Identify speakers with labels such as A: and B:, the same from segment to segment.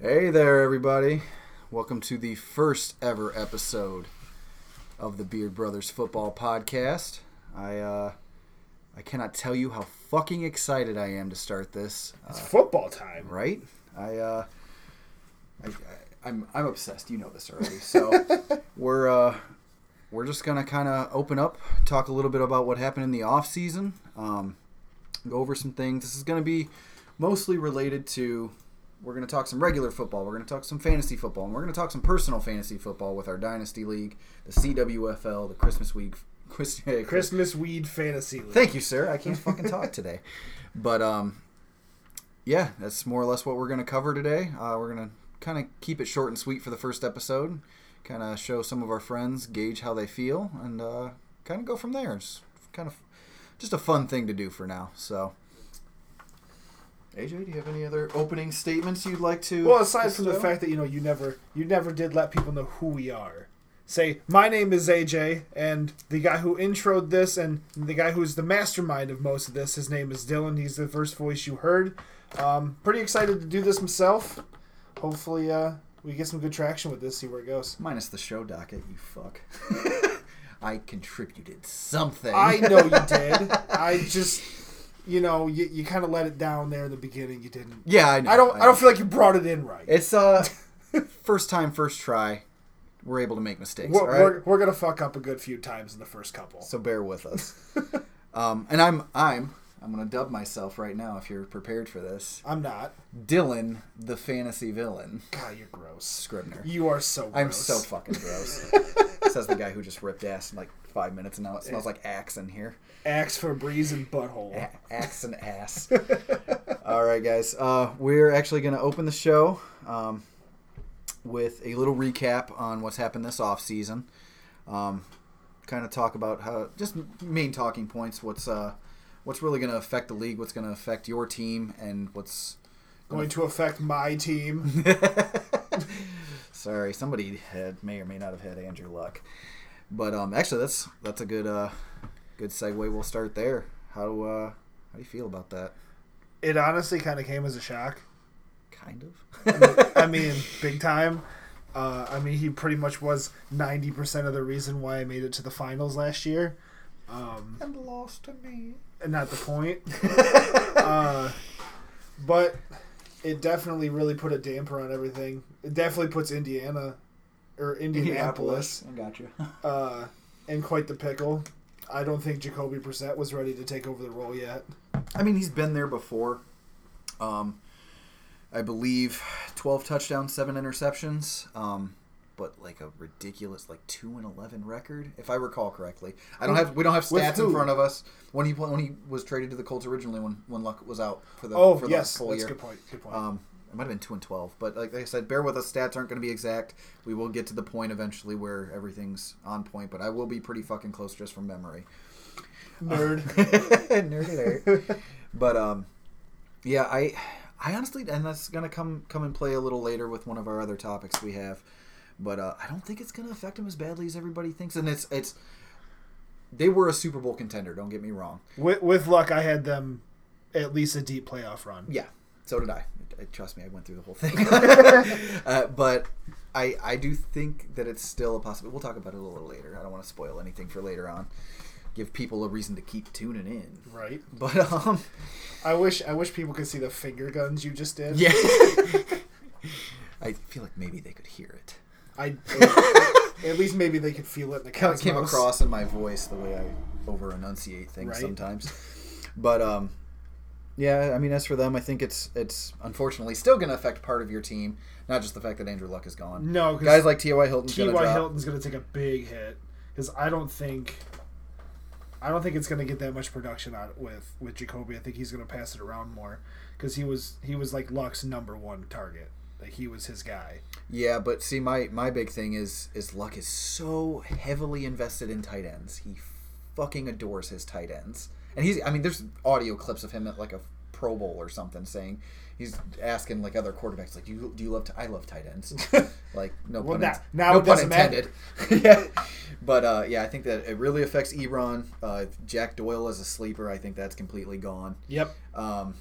A: Hey there, everybody. Welcome to the first ever episode of the Beard Brothers Football Podcast. I uh, I cannot tell you how fucking excited I am to start this.
B: It's football time.
A: Right? I uh, I, I I'm I'm obsessed. You know this already. So we're uh, we're just gonna kind of open up, talk a little bit about what happened in the off season, um, go over some things. This is gonna be mostly related to we're going to talk some regular football. We're going to talk some fantasy football, and we're going to talk some personal fantasy football with our dynasty league, the CWFL, the Christmas week. Chris, Chris,
B: Christmas weed fantasy league.
A: thank you, sir. I can't fucking talk today, but um, yeah, that's more or less what we're going to cover today. Uh, we're going to kind of keep it short and sweet for the first episode. Kind of show some of our friends, gauge how they feel, and uh, kind of go from there. It's kind of just a fun thing to do for now. So. AJ, do you have any other opening statements you'd like to?
B: Well, aside from the
A: bestow?
B: fact that you know you never you never did let people know who we are. Say, my name is AJ, and the guy who introed this and the guy who's the mastermind of most of this, his name is Dylan. He's the first voice you heard. Um, pretty excited to do this myself. Hopefully, uh, we get some good traction with this. See where it goes.
A: Minus the show docket, you fuck. I contributed something.
B: I know you did. I just, you know, you, you kind of let it down there in the beginning. You didn't.
A: yeah, I know.
B: I don't. I
A: know.
B: don't feel like you brought it in right.
A: It's uh, first time, first try. We're able to make mistakes.
B: We're,
A: all right?
B: we're, we're gonna fuck up a good few times in the first couple.
A: so bear with us. um, and I'm I'm I'm gonna dub myself right now. If you're prepared for this,
B: I'm not.
A: Dylan, the fantasy villain,
B: God, you're gross.
A: Scribner.
B: You are so. Gross.
A: I'm so fucking gross. Says the guy who just ripped ass in like five minutes, and now it smells like axe in here.
B: axe for breeze and butthole.
A: A- axe and ass. All right, guys. Uh, we're actually going to open the show um, with a little recap on what's happened this off season. Um, kind of talk about how just main talking points. What's uh, what's really going to affect the league? What's going to affect your team? And what's
B: Going to affect my team.
A: sorry, somebody had may or may not have had Andrew Luck. But um, actually, that's that's a good uh, good segue. We'll start there. How uh, how do you feel about that?
B: It honestly kind of came as a shock.
A: Kind of.
B: I mean, big time. Uh, I mean, he pretty much was 90% of the reason why I made it to the finals last year. Um,
A: and lost to me.
B: and not the point. uh, but it definitely really put a damper on everything. It definitely puts Indiana or Indianapolis
A: I got you.
B: uh, in quite the pickle. I don't think Jacoby Brissett was ready to take over the role yet.
A: I mean, he's been there before. Um, I believe twelve touchdowns, seven interceptions. Um, but like a ridiculous like two and eleven record, if I recall correctly. I don't have we don't have
B: With
A: stats in
B: who?
A: front of us when he when he was traded to the Colts originally when when Luck was out for the
B: Oh,
A: for
B: yes,
A: the full
B: that's a
A: year.
B: good point. Good point.
A: Um, it might have been two and twelve, but like I said, bear with us. Stats aren't going to be exact. We will get to the point eventually where everything's on point, but I will be pretty fucking close just from memory.
B: Nerd.
A: Nerd alert. but um, yeah, I, I honestly, and that's gonna come come and play a little later with one of our other topics we have, but uh, I don't think it's gonna affect him as badly as everybody thinks. And it's it's, they were a Super Bowl contender. Don't get me wrong.
B: with, with luck, I had them at least a deep playoff run.
A: Yeah, so did I. I- Trust me, I went through the whole thing. uh, but I I do think that it's still a possibility. We'll talk about it a little later. I don't want to spoil anything for later on. Give people a reason to keep tuning in.
B: Right.
A: But um,
B: I wish I wish people could see the finger guns you just did.
A: yeah. I feel like maybe they could hear it.
B: I at least maybe they could feel it in the
A: Kind of
B: cosmos.
A: came across in my voice the way I over enunciate things
B: Right.
A: sometimes. But um, yeah, I mean, as for them, I think it's it's unfortunately still going to affect part of your team. Not just the fact that Andrew Luck is gone.
B: No, because
A: Guys like T.Y. Hilton's going to
B: T.Y.
A: drop.
B: Hilton's going to take a big hit because I don't think I don't think it's going to get that much production out with with Jacoby. I think he's going to pass it around more because he was he was like Luck's number one target. Like he was his guy.
A: Yeah, but see, my my big thing is is Luck is so heavily invested in tight ends. He fucking adores his tight ends, and he's I mean, there's audio clips of him at like a Pro Bowl or something saying he's asking like other quarterbacks like, do you do you love t- I love tight ends, like no
B: Well,
A: pun
B: now-
A: int-
B: now
A: no
B: it
A: pun
B: doesn't matter.
A: intended. yeah, but uh, yeah, I think that it really affects Ebron. Uh, Jack Doyle as a sleeper, I think that's completely gone.
B: Yep.
A: Um,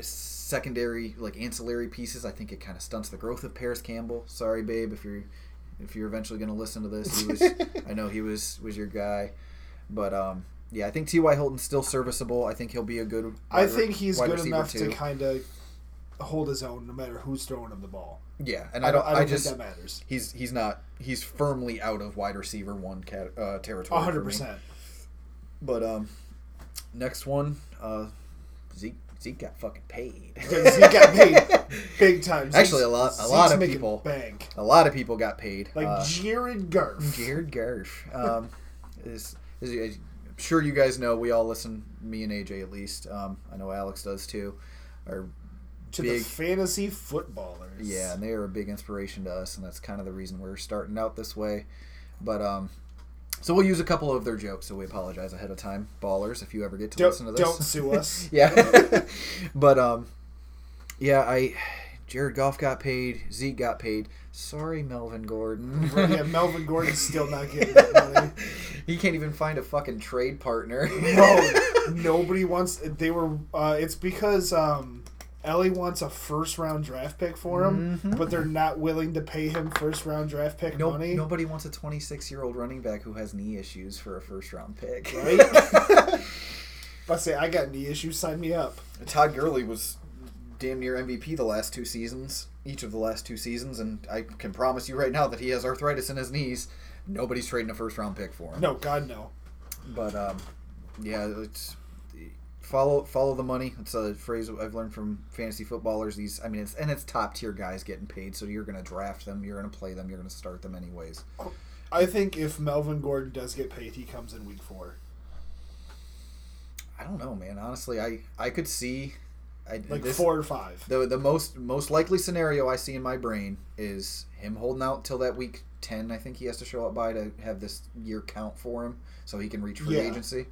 A: secondary like ancillary pieces. I think it kind of stunts the growth of Paris Campbell. Sorry, babe, if you're if you're eventually going to listen to this, he was I know he was was your guy, but um. Yeah, I think T.Y. Hilton's still serviceable. I think he'll be a good.
B: I
A: wide re-
B: think he's
A: wide
B: good
A: receiver
B: enough
A: too.
B: to kind of hold his own, no matter who's throwing him the ball.
A: Yeah, and
B: I
A: I
B: don't,
A: don't.
B: I don't think
A: just
B: that matters.
A: he's he's not he's firmly out of wide receiver one cat, uh, territory. for me.
B: hundred percent.
A: But um, next one, uh, Zeke Zeke got fucking paid.
B: Because he got paid big time.
A: Actually, a lot- a lot of
B: making
A: people-
B: bank
A: A lot of people got paid.
B: like
A: uh,
B: Jared Garf.
A: Jared Gersh. Um, is, is, is- I'm sure you guys know. We all listen. Me and AJ at least. Um, I know Alex does too. Are
B: to
A: big-
B: the fantasy footballers.
A: Yeah, and they are a big inspiration to us, and that's kind of the reason we're starting out this way. But um, so we'll use a couple of their jokes, so we apologize ahead of time, ballers, if you ever get to listen to
B: Don't,
A: this.
B: don't sue us.
A: yeah, but um, yeah, I Jared Goff got paid, Zeke got paid. Sorry, Melvin Gordon.
B: yeah, Melvin Gordon's still not getting that money.
A: he can't even find a fucking trade partner.
B: No, nobody wants. They were. Uh, it's because um, Ellie wants a first round draft pick for him,
A: Mm-hmm.
B: but they're not willing to pay him first round draft pick
A: No,
B: money.
A: nobody wants a 26 year old running back who has knee issues for a first round pick.
B: Right? I say I got knee issues. Sign me up.
A: Todd Gurley was damn near MVP the last two seasons, each of the last two seasons, and I can promise you right now that he has arthritis in his knees. Nobody's trading a first round pick for him.
B: No, God no.
A: But um, yeah, it's follow follow the money. It's a phrase I've learned from fantasy footballers. These, I mean, it's and it's top tier guys getting paid, so you're gonna draft them, you're gonna play them, you're gonna start them anyways.
B: I think if Melvin Gordon does get paid, he comes in week four.
A: I don't know, man. Honestly, I I could see, I,
B: Like
A: this-
B: four or five.
A: The the most most likely scenario I see in my brain is him holding out till that week ten. I think he has to show up by to have this year count for him, so he can reach free
B: Yeah.
A: agency.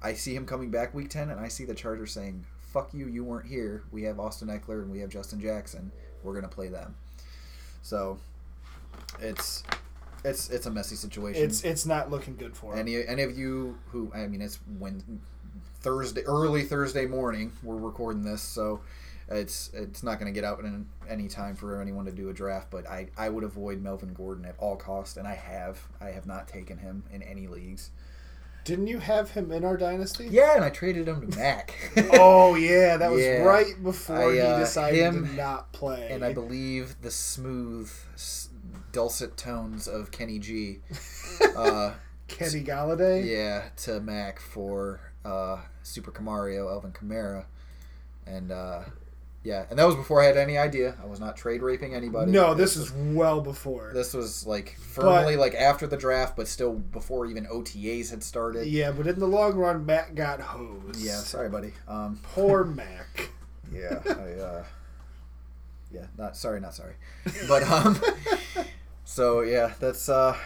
A: I see him coming back week ten, and I see the Chargers saying, "Fuck you, you weren't here. We have Austin Eckler and we have Justin Jackson. We're gonna play them." So, it's it's it's a messy situation.
B: It's it's not looking good for him.
A: Any any of you who I mean, it's when Thursday, early Thursday morning, we're recording this, so it's it's not going to get out in any time for anyone to do a draft. But I I would avoid Melvin Gordon at all cost, and I have I have not taken him in any leagues.
B: Didn't you have him in our dynasty?
A: Yeah, and I traded him to Mac.
B: Oh yeah, that was
A: Yeah.
B: right before
A: I,
B: he
A: uh,
B: decided to
A: him
B: not play.
A: and I believe the smooth, s- dulcet tones of Kenny G. Uh,
B: Kenny Galladay.
A: Yeah, to Mac for uh, Super Camario, Elvin Kamara, and uh, yeah, and that was before I had any idea. I was not trade raping anybody.
B: no, this is well before.
A: this was like firmly like after the draft, but still before even OTAs had started. Yeah,
B: yeah, but in the long run, Mac got hosed.
A: sorry, buddy. Um,
B: poor Mac.
A: yeah, I, uh, yeah, not sorry, not sorry, but um, so yeah, that's uh.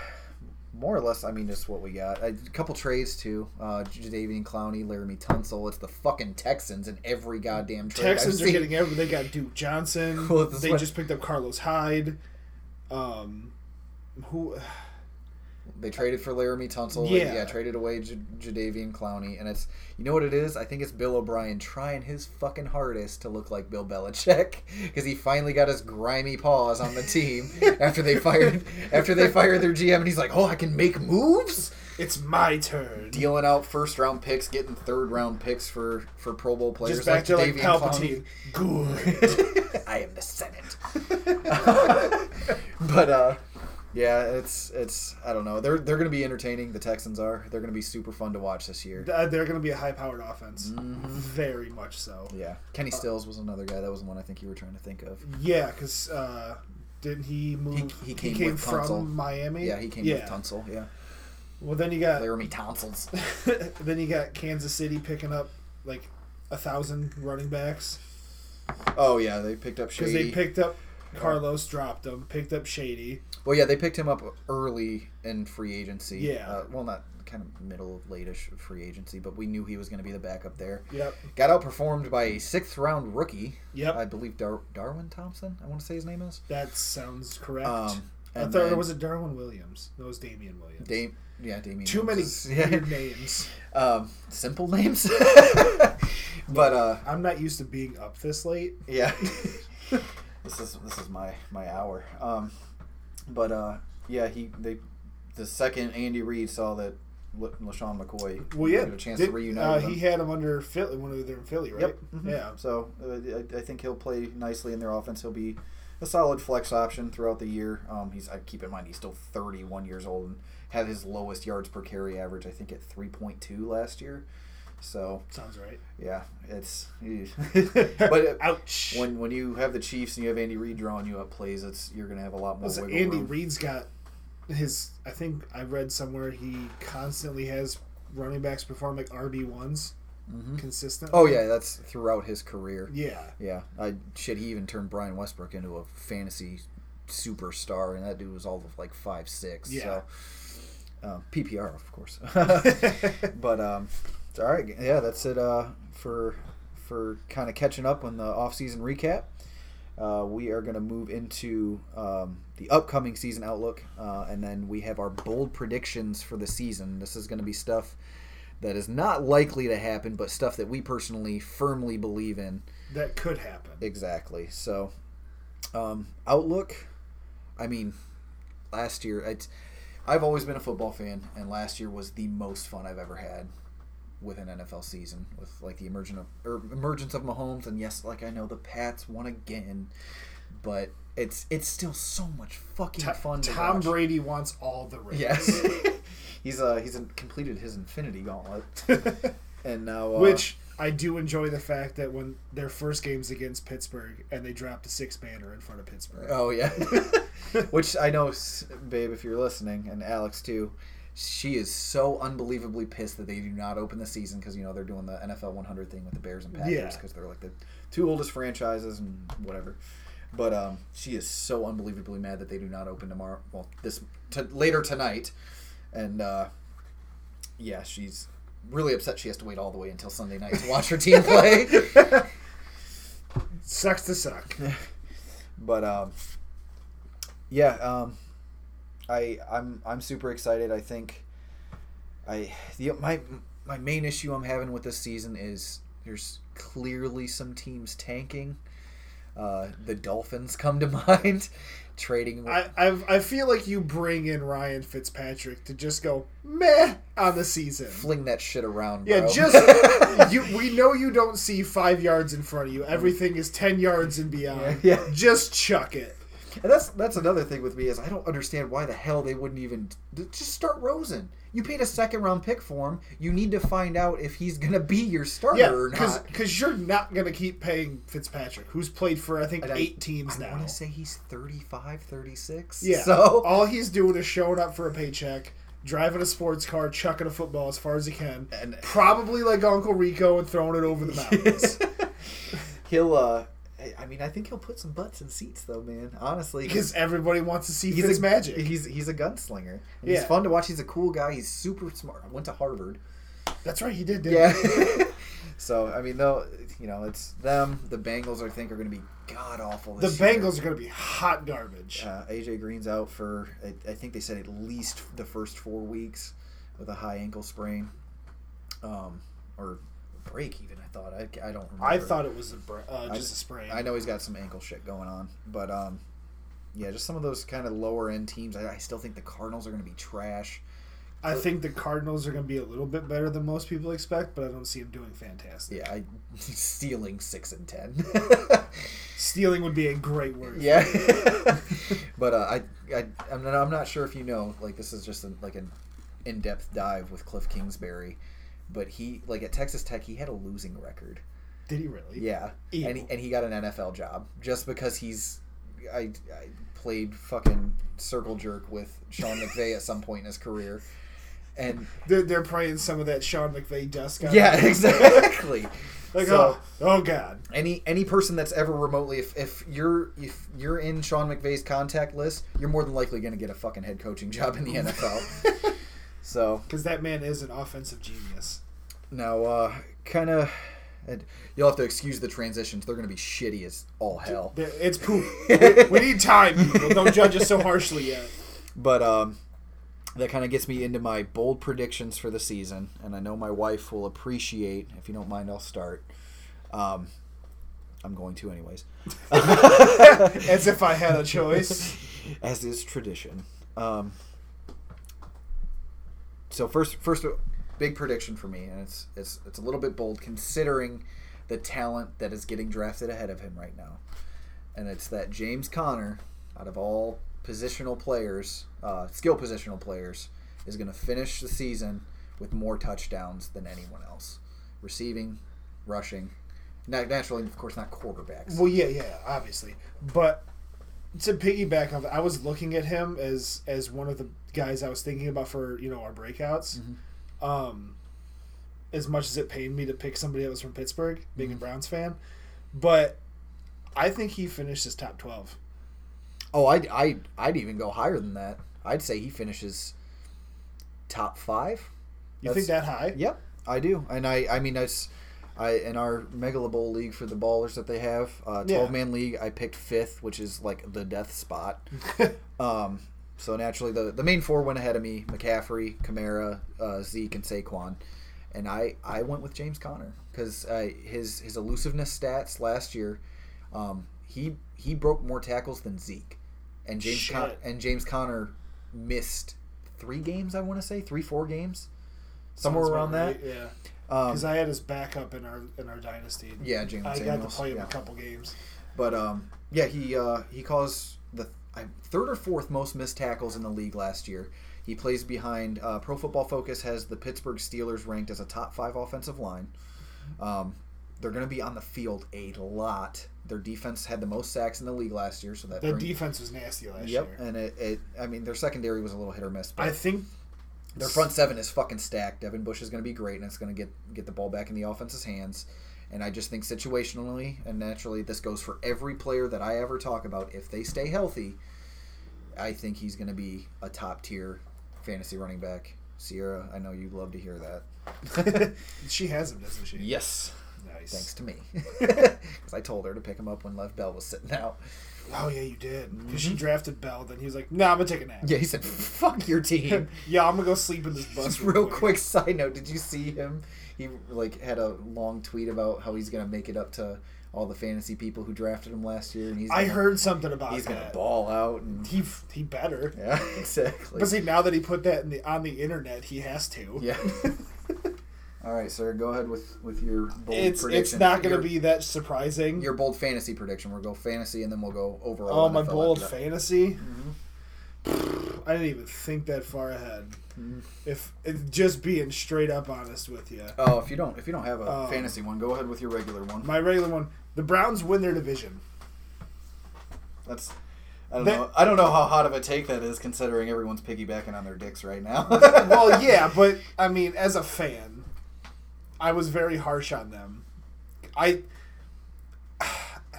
A: More or less, I mean, just what we got. A couple trades too. Uh, Jadavian Clowney, Laramie Tunsil. It's the fucking Texans in every goddamn trade. I've
B: Texans are
A: seen.
B: getting everything. They got Duke Johnson.
A: Well, this is
B: they
A: what-
B: just picked up Carlos Hyde. Um, who?
A: They traded for Laramie Tunsil.
B: Yeah.
A: Yeah, yeah traded away J- Jadavian Clowney, and it's you know what it is. I think it's Bill O'Brien trying his fucking hardest to look like Bill Belichick because he finally got his grimy paws on the team after they fired after they fired their GM, and he's like, "Oh, I can make moves."
B: It's my turn.
A: Dealing out first round picks, getting third round picks for for Pro Bowl players
B: just back to like
A: like Jadavian Clowney.
B: Palpatine. Good.
A: I am the Senate. but uh, yeah, it's it's I don't know. They're they're gonna be entertaining. The Texans are. They're gonna be super fun to watch this year.
B: Uh, They're going to be a high-powered offense.
A: Mm-hmm.
B: Very much so.
A: Yeah, Kenny Stills was another guy. That was the one I think you were trying to think of.
B: Yeah, because uh, didn't he move? He,
A: he
B: came,
A: came with
B: from
A: Tunsil.
B: Miami.
A: Yeah, he came
B: yeah. Uh,
A: with Tunsil. Yeah,
B: Well, then you got
A: Laramie Tonsils.
B: then you got Kansas City picking up like a thousand running backs
A: Oh yeah, they picked up Shady.
B: because they picked up Carlos, dropped him, picked up Shady.
A: well, yeah, they picked him up early in free agency.
B: Yeah.
A: Uh, well, not kind of middle of latish free agency, but we knew he was going to be the backup there.
B: Yep.
A: Got outperformed by a sixth round rookie.
B: Yep.
A: I believe Dar- Darwin Thompson. I want to say his name is.
B: That sounds correct.
A: Um,
B: I
A: and
B: thought it
A: then
B: was a Darwin Williams. No, it was Damian Williams.
A: Dame. Yeah, Damien.
B: Too many
A: Williams.
B: weird
A: Yeah.
B: names.
A: Um, simple names. But uh,
B: I'm not used to being up this late.
A: yeah, this is this is my my hour. Um, but uh, yeah, he they the second Andy Reid saw that La- LaShawn McCoy
B: Well, yeah,
A: got a chance
B: did-
A: to reunite.
B: Uh,
A: with him.
B: he had him under Philly when they were in Philly, right?
A: Yep. mhm.
B: Yeah.
A: So uh, I, I think he'll play nicely in their offense. He'll be a solid flex option throughout the year. Um, he's I keep in mind he's still 31 years old and had his lowest yards per carry average I think at 3.2 last year. So
B: Sounds right.
A: yeah, it's but uh,
B: ouch.
A: when when you have the Chiefs and you have Andy Reid drawing you up plays, it's you're gonna have a lot more
B: Listen,
A: Oh, wiggle
B: Andy
A: room.
B: Reid's got his. I think I read somewhere he constantly has running backs perform like RB ones
A: Mhm.
B: consistently.
A: Oh yeah, that's throughout his career.
B: Yeah.
A: Yeah, I shit. He even turned Brian Westbrook into a fantasy superstar, and that dude was all of like five six.
B: Yeah.
A: So, um, PPR, of course. but um, it's all right. Yeah, that's it uh, for for kind of catching up on the off season recap. Uh, we are going to move into um, the upcoming season outlook, uh, and then we have our bold predictions for the season. This is going to be stuff that is not likely to happen, but stuff that we personally firmly believe in.
B: That could happen.
A: Exactly. So, um, outlook. I mean, last year, it's, I've always been a football fan, and last year was the most fun I've ever had with an NFL season, with like the emergence of or emergence of Mahomes, and yes, like I know the Pats won again, but it's it's still so much fucking
B: To-
A: fun. to
B: Tom
A: watch.
B: Brady wants all the rings.
A: Yes. he's uh he's completed his infinity gauntlet, and now uh,
B: Which I do enjoy the fact that when their first game's against Pittsburgh and they dropped a six banner in front of Pittsburgh.
A: Oh yeah, which I know, s- babe, if you're listening, and Alex too. She is so unbelievably pissed that they do not open the season because you know they're doing the NFL 100 thing with the Bears and Packers
B: Yeah.
A: because they're like the two oldest franchises and whatever. But um, she is so unbelievably mad that they do not open tomorrow. Well, this t- later tonight, and uh, yeah, she's really upset. She has to wait all the way until Sunday night to watch her team play.
B: Sucks to suck.
A: but um, yeah, um, I I'm I'm super excited. I think I the, my my main issue I'm having with this season is there's clearly some teams tanking. Uh, the Dolphins come to mind, trading.
B: I I've, I feel like you bring in Ryan Fitzpatrick to just go meh on the season.
A: Fling that shit around,
B: Yeah,
A: bro.
B: just you. We know you don't see five yards in front of you. Everything is ten yards and beyond.
A: Yeah, yeah.
B: just chuck it.
A: And that's that's another thing with me is I don't understand why the hell they wouldn't even just start Rosen. You paid a second round pick for him. You need to find out if he's gonna be your starter
B: Yeah,
A: or
B: because
A: not.
B: you're not gonna keep paying Fitzpatrick, who's played for I think
A: And I-
B: eight teams
A: I
B: now.
A: want to say he's 35, 36.
B: Yeah.
A: So
B: all he's doing is showing up for a paycheck, driving a sports car, chucking a football as far as he can,
A: And-
B: probably like Uncle Rico and throwing it over the mountains.
A: he'll. uh I- I mean, I think he'll put some butts in seats, though, man. Honestly,
B: Because everybody wants to see
A: he's
B: Fitz
A: a,
B: magic.
A: He's he's a gunslinger. And He's
B: Yeah.
A: fun to watch. He's a cool guy. He's super smart. Went to Harvard.
B: That's right, he did. Didn't
A: Yeah.
B: he?
A: so I mean, though, you know, it's them. The Bengals, I think, are going to be god awful.
B: the
A: This year.
B: Bengals are gonna be hot garbage.
A: Uh, AJ Green's out for I, I think they said at least the first four weeks with a high ankle sprain, um, or break even. I thought I, I don't. Remember.
B: I thought it was a br- uh,
A: I-
B: just a sprain.
A: I know he's got some ankle shit going on, but um, yeah, just some of those kind of lower end teams. I, I still think the Cardinals are going to be trash.
B: I think the Cardinals are going to be a little bit better than most people expect, but I don't see them doing fantastic.
A: Yeah, I stealing six and ten.
B: Stealing would be a great word.
A: yeah, but uh, I, I I'm not, I'm not sure if you know. Like this is just an, like an in depth dive with Cliff Kingsbury, but he like at Texas Tech he had a losing record.
B: Did he really?
A: Yeah,
B: Ew.
A: and he, and he got an NFL job just because he's I, I played fucking circle jerk with Sean McVay at some point in his career, and
B: They're, they're probably in some of that Sean McVay dust. on
A: yeah,
B: them.
A: exactly.
B: Like,
A: So-
B: oh, oh, God.
A: Any any person that's ever remotely if, if you're if you're in Sean McVay's contact list, you're more than likely going to get a fucking head coaching job in the NFL. so
B: Because that man is an offensive genius.
A: now, uh, kind of, you'll have to excuse the transitions. They're going to be shitty as all hell.
B: They're- It's poop. we, we need time, people. Don't judge us so harshly yet.
A: But um, that kind of gets me into my bold predictions for the season, and I know my wife will appreciate. If you don't mind, I'll start. Um, I'm going to anyways,
B: As if I had a choice.
A: as is tradition. Um, so first, first big prediction for me, and it's it's it's a little bit bold considering the talent that is getting drafted ahead of him right now, and it's that James Conner, out of all positional players, uh, skill positional players, is going to finish the season with more touchdowns than anyone else, receiving, rushing. Na- Naturally, of course, not quarterbacks.
B: Well, yeah, yeah, obviously. But to piggyback off, I was looking at him as as one of the guys I was thinking about for you know our breakouts.
A: Mm-hmm.
B: Um, as much as it pained me to pick somebody that was from Pittsburgh, being
A: Mm-hmm.
B: a Browns fan, but I think he finished his top twelve.
A: Oh, I'd, I'd, I'd even go higher than that. I'd say he finishes top five.
B: You think that high?
A: Yep, I do. And I, I mean, it's, I in our Megalo Bowl league for the ballers that they have, uh,
B: Yeah.
A: twelve man league. I picked fifth, which is like the death spot.
B: Mm-hmm.
A: um, so naturally, the the main four went ahead of me: McCaffrey, Kamara, uh, Zeke, and Saquon. And I, I went with James Conner because uh, his his elusiveness stats last year, um, he he broke more tackles than Zeke, and James Con-
B: Shit.
A: and James Conner missed three games. I want to say three four games, somewhere
B: Sounds
A: around
B: about
A: that.
B: right, Yeah,
A: Um,
B: because I had his backup in our in our dynasty.
A: yeah, Jalen
B: I got to
A: Samuels.
B: play him
A: yeah.
B: a couple games.
A: But um, yeah, he uh, he caused the I, third or fourth most missed tackles in the league last year. He plays behind uh, Pro Football Focus has the Pittsburgh Steelers ranked as a top five offensive line. Um, they're going to be on the field a lot. Their defense had the most sacks in the league last year, so that
B: The
A: brings-
B: defense was nasty last
A: yep.
B: year.
A: And it, it, I mean, their secondary was a little hit or miss, but
B: I think
A: their front seven is fucking stacked. Devin Bush is going to be great, and it's going to get get the ball back in the offense's hands. And I just think situationally and naturally, this goes for every player that I ever talk about. If they stay healthy, I think he's going to be a top tier fantasy running back. Sierra, I know you love to hear that.
B: she has him, doesn't she?
A: yes.
B: Nice.
A: Thanks to me, because I told her to pick him up when Lev Bell was sitting out.
B: Oh yeah, you did. 'Cause she drafted Bell, then he was like, "Nah, I'm gonna take a nap."
A: Mm-hmm. Yeah, he said, "Fuck your team."
B: Yeah, I'm gonna go sleep in this bus
A: Just real quick side note, did you see him? He like had a long tweet about how he's gonna make it up to all the fantasy people who drafted him last year, and he's
B: I
A: gonna-
B: heard something about
A: he's gonna
B: that.
A: ball out and
B: He f- he better.
A: yeah, exactly.
B: But see, now that he put that in the on the internet, he has to.
A: yeah. all right, sir, go ahead with with your bold
B: It's it's
A: prediction.
B: not gonna
A: Your-
B: be that surprising.
A: your bold fantasy prediction. We'll go fantasy, and then we'll go overall.
B: Oh, my
A: NFL
B: bold
A: after that.
B: fantasy.
A: Mm-hmm.
B: I didn't even think that far ahead. If, if just being straight up honest with you,
A: Oh, if you don't if you don't have a
B: Um,
A: fantasy one, go ahead with your regular one.
B: my regular one, the Browns win their division.
A: That's. I don't
B: That-
A: know. I don't know how hot of a take that is, considering everyone's piggybacking on their dicks right now.
B: well, yeah, but I mean, as a fan, I was very harsh on them. I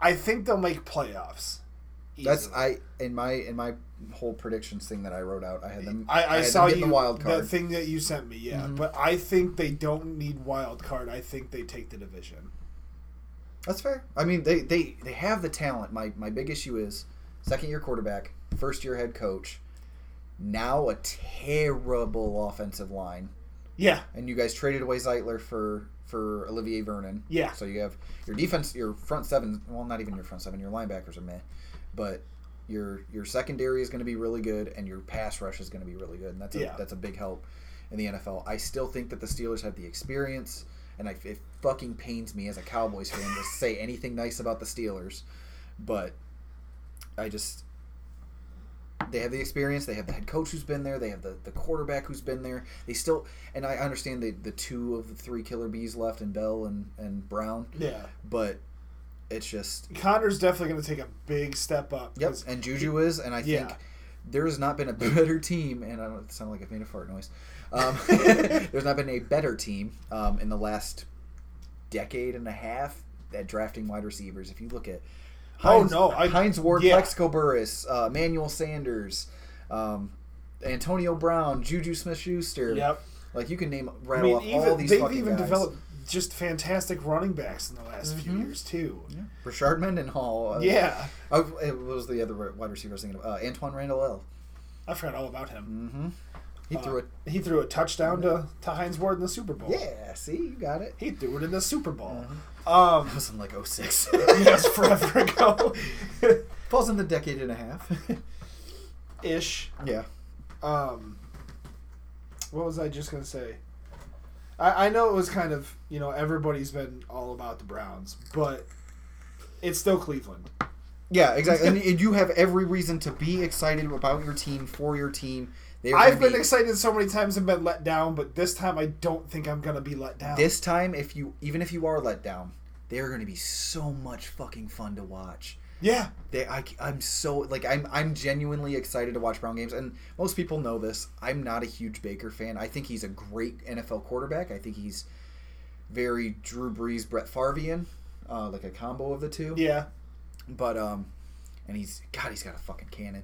B: I think they'll make playoffs.
A: That's
B: Easily.
A: I in my in my whole predictions thing that I wrote out. I had them.
B: I, I,
A: had
B: saw
A: them get
B: you
A: the wild card. Mm-hmm.
B: the thing that you sent me, yeah. But I think they don't need wild card. I think they take the division.
A: That's fair. I mean, they they they have the talent. My my big issue is second year quarterback, first year head coach, now a terrible offensive line,
B: Yeah,
A: and you guys traded away Zeitler for for Olivier Vernon.
B: Yeah.
A: So you have your defense, your front seven. Well, not even your front seven. Your linebackers are meh, but. Your, your secondary is going to be really good, and your pass rush is going to be really good, and that's a,
B: Yeah.
A: that's a big help. in the NFL. I still think that the Steelers have the experience, and I, it fucking pains me as a Cowboys fan to say anything nice about the Steelers, but I just they have the experience. They have the head coach who's been there. They have the, the quarterback who's been there. They still, and I understand the the two of the three killer bees left, and Bell and and Brown,
B: yeah.
A: but it's just
B: Connor's definitely going to take a big step up.
A: Yep,
B: 'cause-
A: and Juju is, and I think
B: Yeah.
A: there has not been a better team. And I don't it sounded like I've made a fart noise. Um, there's not been a better team um, in the last decade and a half at drafting wide receivers. If you look at
B: Oh, no, I-
A: Heinz Ward,
B: yeah.
A: Plexico Burris, uh, Manuel Sanders, um, Antonio Brown, Juju Smith-Schuster.
B: Yep.
A: Like you can name
B: I
A: rattle
B: mean,
A: off all
B: even
A: these
B: they've
A: fucking
B: even
A: guys. Mm-hmm.
B: developed just fantastic running backs in the last few years too.
A: Yeah. Rashard Mendenhall. Uh,
B: Yeah,
A: Oh, it was the other wide receiver I was thinking of. Uh, Antoine Randall L.
B: I forgot all about him.
A: Mm-hmm. He
B: Uh, oh.
A: threw it.
B: He threw a touchdown to, to Heinz Ward in the Super Bowl.
A: Yeah, Mm-hmm. see, you got it.
B: He threw it in the Super Bowl.
A: That
B: Um,
A: was in like 06.
B: yes, forever ago,
A: Falls in the decade and a half.
B: ish.
A: yeah.
B: um what was i just gonna say I, I know it was kind of you know everybody's been all about the browns but it's still cleveland
A: Yeah, exactly. and, and you have every reason to be excited about your team, for your team. They are
B: i've
A: gonna
B: been
A: be-
B: excited so many times and been let down but this time i don't think i'm gonna be let down
A: This time, if you even if you are let down, they are going to be so much fucking fun to watch.
B: yeah
A: They, I, I'm so like I'm I'm genuinely excited to watch Brown games, and most people know this. I'm not a huge Baker fan. I think he's a great NFL quarterback. I think he's very Drew Brees, Brett Favreian, uh, like a combo of the two.
B: yeah
A: But um, and he's God, he's got a fucking cannon.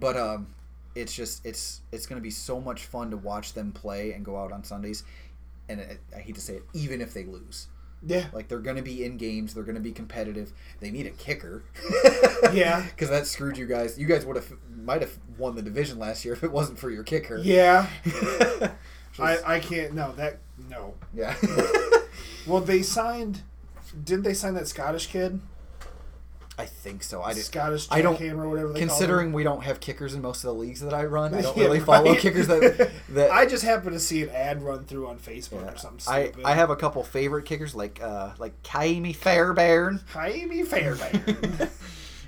A: But um, it's just it's it's gonna be so much fun to watch them play and go out on Sundays. And I, I hate to say it, even if they lose,
B: yeah
A: like they're gonna be in games, they're gonna be competitive. They need a kicker.
B: Yeah.
A: because that screwed you guys. You guys would have might have won the division last year if it wasn't for your kicker.
B: yeah
A: Just-
B: I, I can't no that no
A: yeah.
B: well they signed didn't they sign that scottish kid
A: I think so. I just
B: scottish
A: I don't-
B: Jackhammer or whatever they call him.
A: considering we don't have kickers in most of the leagues that I run. I don't
B: Yeah,
A: really follow
B: right.
A: kickers that that
B: I just happened to see an ad run through on Facebook or something
A: I,
B: stupid.
A: I have a couple favorite kickers like uh like Kaimi Fairbairn
B: Jaime Fairbairn.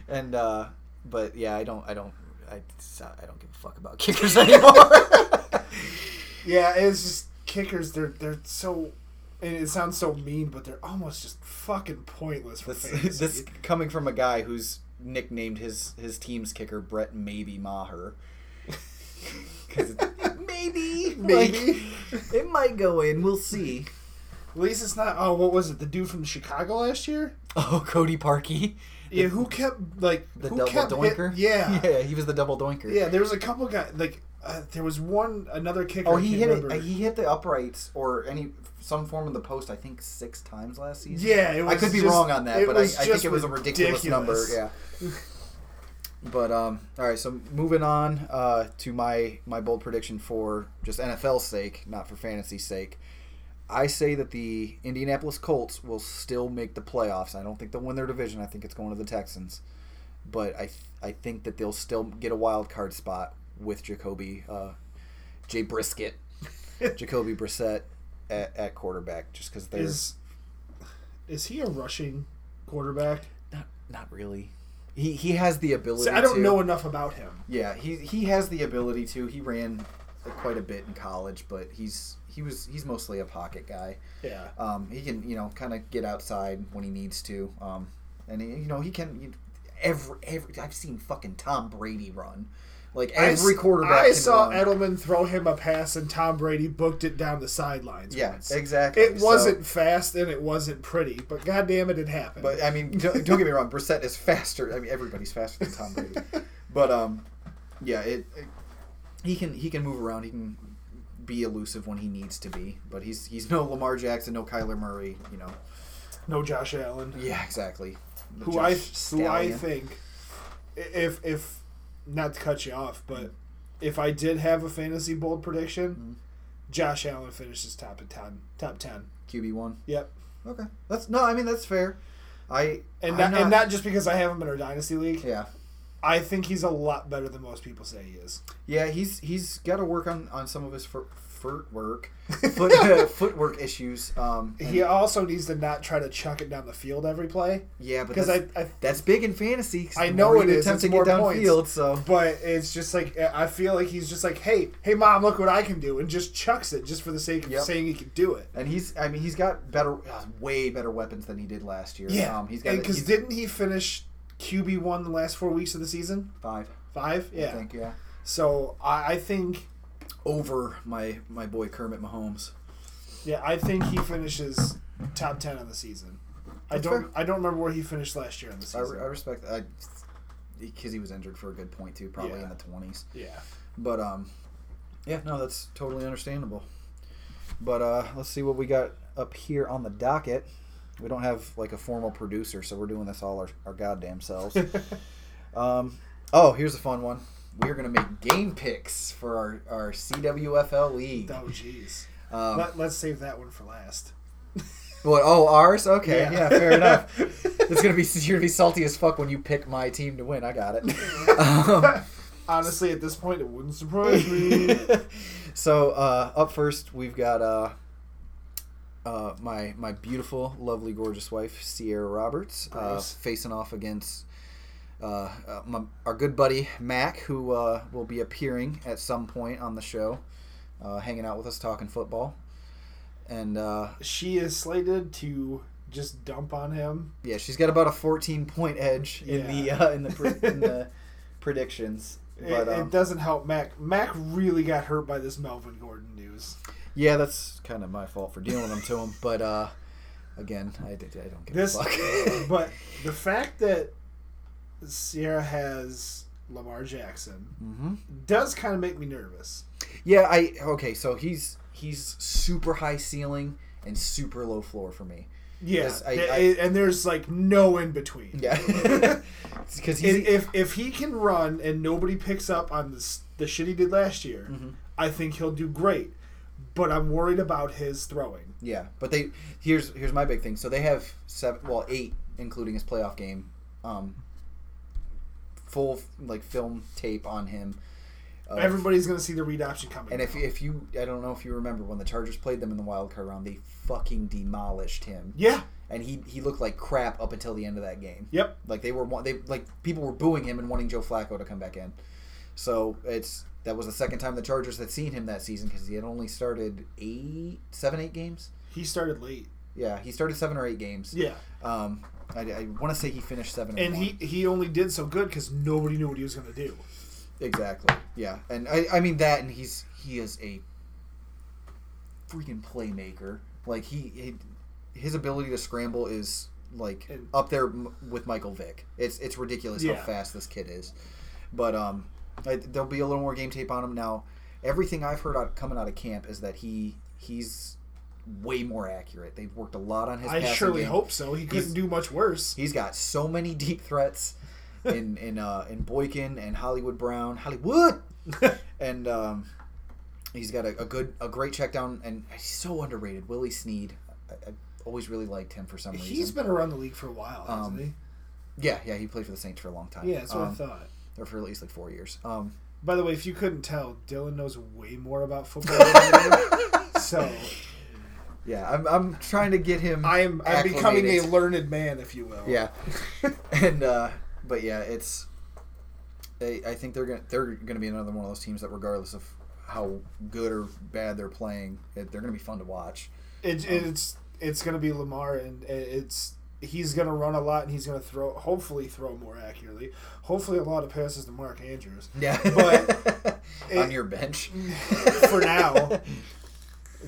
A: and uh but yeah I don't I don't I, I don't give a fuck about kickers anymore.
B: yeah, it's just kickers. They're they're so, and it sounds so mean, but they're almost just fucking pointless for
A: this,
B: fantasy.
A: this coming from a guy who's nicknamed his his team's kicker Brett Maybe Maher. 'Cause it's- maybe
B: Maybe.
A: like, it might go in. We'll see.
B: At least it's not. Oh, what was it? The dude from Chicago last year?
A: Oh, Cody Parkey,
B: Yeah, who kept like
A: the
B: who
A: double
B: kept hit-
A: doinker.
B: yeah, yeah.
A: yeah, he was the double doinker.
B: there was a couple guys like. Uh, there was one another kicker.
A: Oh,
B: I
A: he
B: can't
A: hit
B: remember.
A: it. He hit the uprights or any some form of the post. I think six times last season.
B: Yeah, it
A: I could be
B: just-
A: wrong on that,
B: it
A: but I, I
B: was
A: think
B: just
A: it was a ridiculous, number.
B: ridiculous.
A: Yeah. but um, all right. So moving on uh, to my my bold prediction for just NFL's sake, not for fantasy's sake. I say that the Indianapolis Colts will still make the playoffs. I don't think they'll win their division. I think it's going to the Texans, but I th- I think that they'll still get a wild card spot with Jacoby uh, Jay Brisket, Jacoby Brissett at, at quarterback, just because they're
B: Is is he a rushing quarterback?
A: not not really. He he has the ability.
B: See, I don't
A: to.
B: know enough about him.
A: Yeah, he he has the ability to. He ran quite a bit in college, but he's he was he's mostly a pocket guy.
B: Yeah.
A: Um, he can you know kind of get outside when he needs to. Um, and he, you know he can. You, every every I've seen fucking Tom Brady run. Like
B: I
A: every
B: s-
A: quarterback.
B: I
A: can
B: saw
A: run.
B: Edelman throw him a pass, and Tom Brady booked it down the sidelines.
A: Yeah,
B: once.
A: exactly.
B: It
A: So-
B: wasn't fast and it wasn't pretty, but goddamn it, it happened.
A: But I mean, don't, don't get me wrong. Brissett is faster. I mean, everybody's faster than Tom Brady. but um, yeah, it, it- he can he can move around. He can be elusive when he needs to be. But he's he's no Lamar Jackson, no Kyler Murray. You know.
B: no, Josh Allen,
A: Yeah, exactly. The
B: who
A: Josh
B: I who I
A: Stallion.
B: think, i- if if not to cut you off, but if I did have a fantasy bold prediction,
A: Mm-hmm.
B: Josh Allen finishes top of ten. Top ten.
A: QB one.
B: Yep.
A: Okay, that's no. I mean, that's fair. I
B: And
A: I'm
B: not, and not just because I have him in our dynasty league.
A: yeah.
B: I think he's a lot better than most people say he is.
A: Yeah, he's he's got to work on, on some of his foot footwork, foot, uh, footwork issues. Um, and-
B: He also needs to not try to chuck it down the field every play.
A: yeah, but
B: because
A: that's-
B: I, I
A: That's big in fantasy. 'cause
B: I
A: the
B: know
A: more
B: it
A: you
B: is,
A: Attempt to
B: it's
A: get
B: more points.
A: downfield, so
B: but it's just like I feel like he's just like, hey, hey, mom, look what I can do, and just chucks it just for the sake of
A: Yep.
B: saying he can do it.
A: and he's. I mean, he's got better, uh, way better weapons than he did last year. um, he's got
B: because
A: he's
B: didn't he finish QB one the last four weeks of the season?
A: five.
B: Five,
A: I
B: yeah.
A: think yeah.
B: So I, I think,
A: Over my my boy Kermit Mahomes.
B: yeah, I think he finishes top ten on the season. I
A: That's
B: don't, I don't remember where he finished last year in the
A: I,
B: season.
A: re- I respect that. Because he was injured for a good point too, probably
B: Yeah.
A: in the twenties.
B: yeah,
A: But um, yeah, no, that's totally understandable. But uh, let's see what we got up here on the docket. We don't have like a formal producer, so we're doing this all our, our goddamn selves. um, oh, here's a fun one. we're gonna make game picks for our our CWFL league.
B: Oh, jeez.
A: Um,
B: Let, let's save that one for last.
A: What? Oh, ours? Okay, yeah, fair enough. It's
B: enough.
A: gonna be you're gonna be salty as fuck when you pick my team to win. I got it. Um,
B: Honestly, at this point, it wouldn't surprise me.
A: so uh, up first, we've got uh, uh, my my beautiful, lovely, gorgeous wife, Sierra Roberts, uh,
B: Nice.
A: facing off against uh, uh, my, our good buddy Mac, who uh, will be appearing at some point on the show, uh, hanging out with us, talking football, and uh,
B: she is slated to just dump on him.
A: yeah, she's got about a 14 point edge in the
B: Yeah.
A: uh, in the pre- in the predictions.
B: It,
A: But um,
B: it doesn't help Mac. Mac really got hurt by this Melvin Gordon news.
A: yeah, that's kind of my fault for dealing them to him. But uh, again, I, did- I don't give
B: This,
A: a fuck.
B: but the fact that Sierra has Lamar Jackson
A: hmm
B: does kind of make me nervous.
A: yeah, I okay. So he's he's super high ceiling and super low floor for me.
B: Yeah,
A: Yes, I-
B: th-
A: I-
B: and there's like no in between.
A: Yeah, because he's
B: if, if if he can run and nobody picks up on this, the shit he did last year,
A: Mm-hmm.
B: I think he'll do great. But I'm worried about his throwing.
A: Yeah, but they here's here's my big thing. So they have seven, well, eight, including his playoff game, um, full like film tape on him. of-
B: Everybody's gonna see the read option coming.
A: and if if you, I don't know if you remember when the Chargers played them in the wild card round, they fucking demolished him,
B: yeah,
A: and he he looked like crap up until the end of that game.
B: yep,
A: Like they were wa- they like people were booing him and wanting Joe Flacco to come back in. So it's that was the second time the Chargers had seen him that season because he had only started eight, seven, eight games.
B: he started late.
A: Yeah, he started seven or eight games.
B: Yeah,
A: Um, I, want to say he finished seven.
B: and
A: one.
B: he he only did so good because nobody knew what he was gonna do.
A: exactly yeah, and I, I mean that, and he's he is a freaking playmaker. Like he, he his ability to scramble is like
B: And-
A: up there m- with Michael Vick. It's it's ridiculous
B: Yeah.
A: how fast this kid is. But um, I, there'll be a little more game tape on him now. Everything I've heard out, coming out of camp is that he he's way more accurate. They've worked a lot on his.
B: I
A: passing
B: surely
A: game.
B: hope so. He couldn't
A: He's-
B: do much worse.
A: He's got so many deep threats in in uh, in Boykin and Hollywood Brown, Hollywood, and um, he's got a, a good a great check down and he's so underrated. Willie Sneed, I, I always really liked him for some reason.
B: He's been around the league for a while, hasn't
A: Um, yeah yeah he played for the Saints for a long time.
B: he? Yeah, that's what I
A: Um,
B: thought.
A: Or for at least like four years. Um,
B: By the way, if you couldn't tell, Dylan knows way more about football than I do. So
A: yeah, I'm, I'm trying to get him.
B: I'm I'm becoming a
A: acclimated.
B: learned man, if you will.
A: yeah and uh but yeah it's they, i think they're gonna they're gonna be another one of those teams that regardless of how good or bad they're playing it, they're gonna be fun to watch
B: It, it's it's gonna be Lamar, and it's he's gonna run a lot, and he's gonna throw, hopefully throw more accurately, hopefully a lot of passes to Mark Andrews.
A: yeah
B: But
A: on
B: it-
A: your bench
B: for now.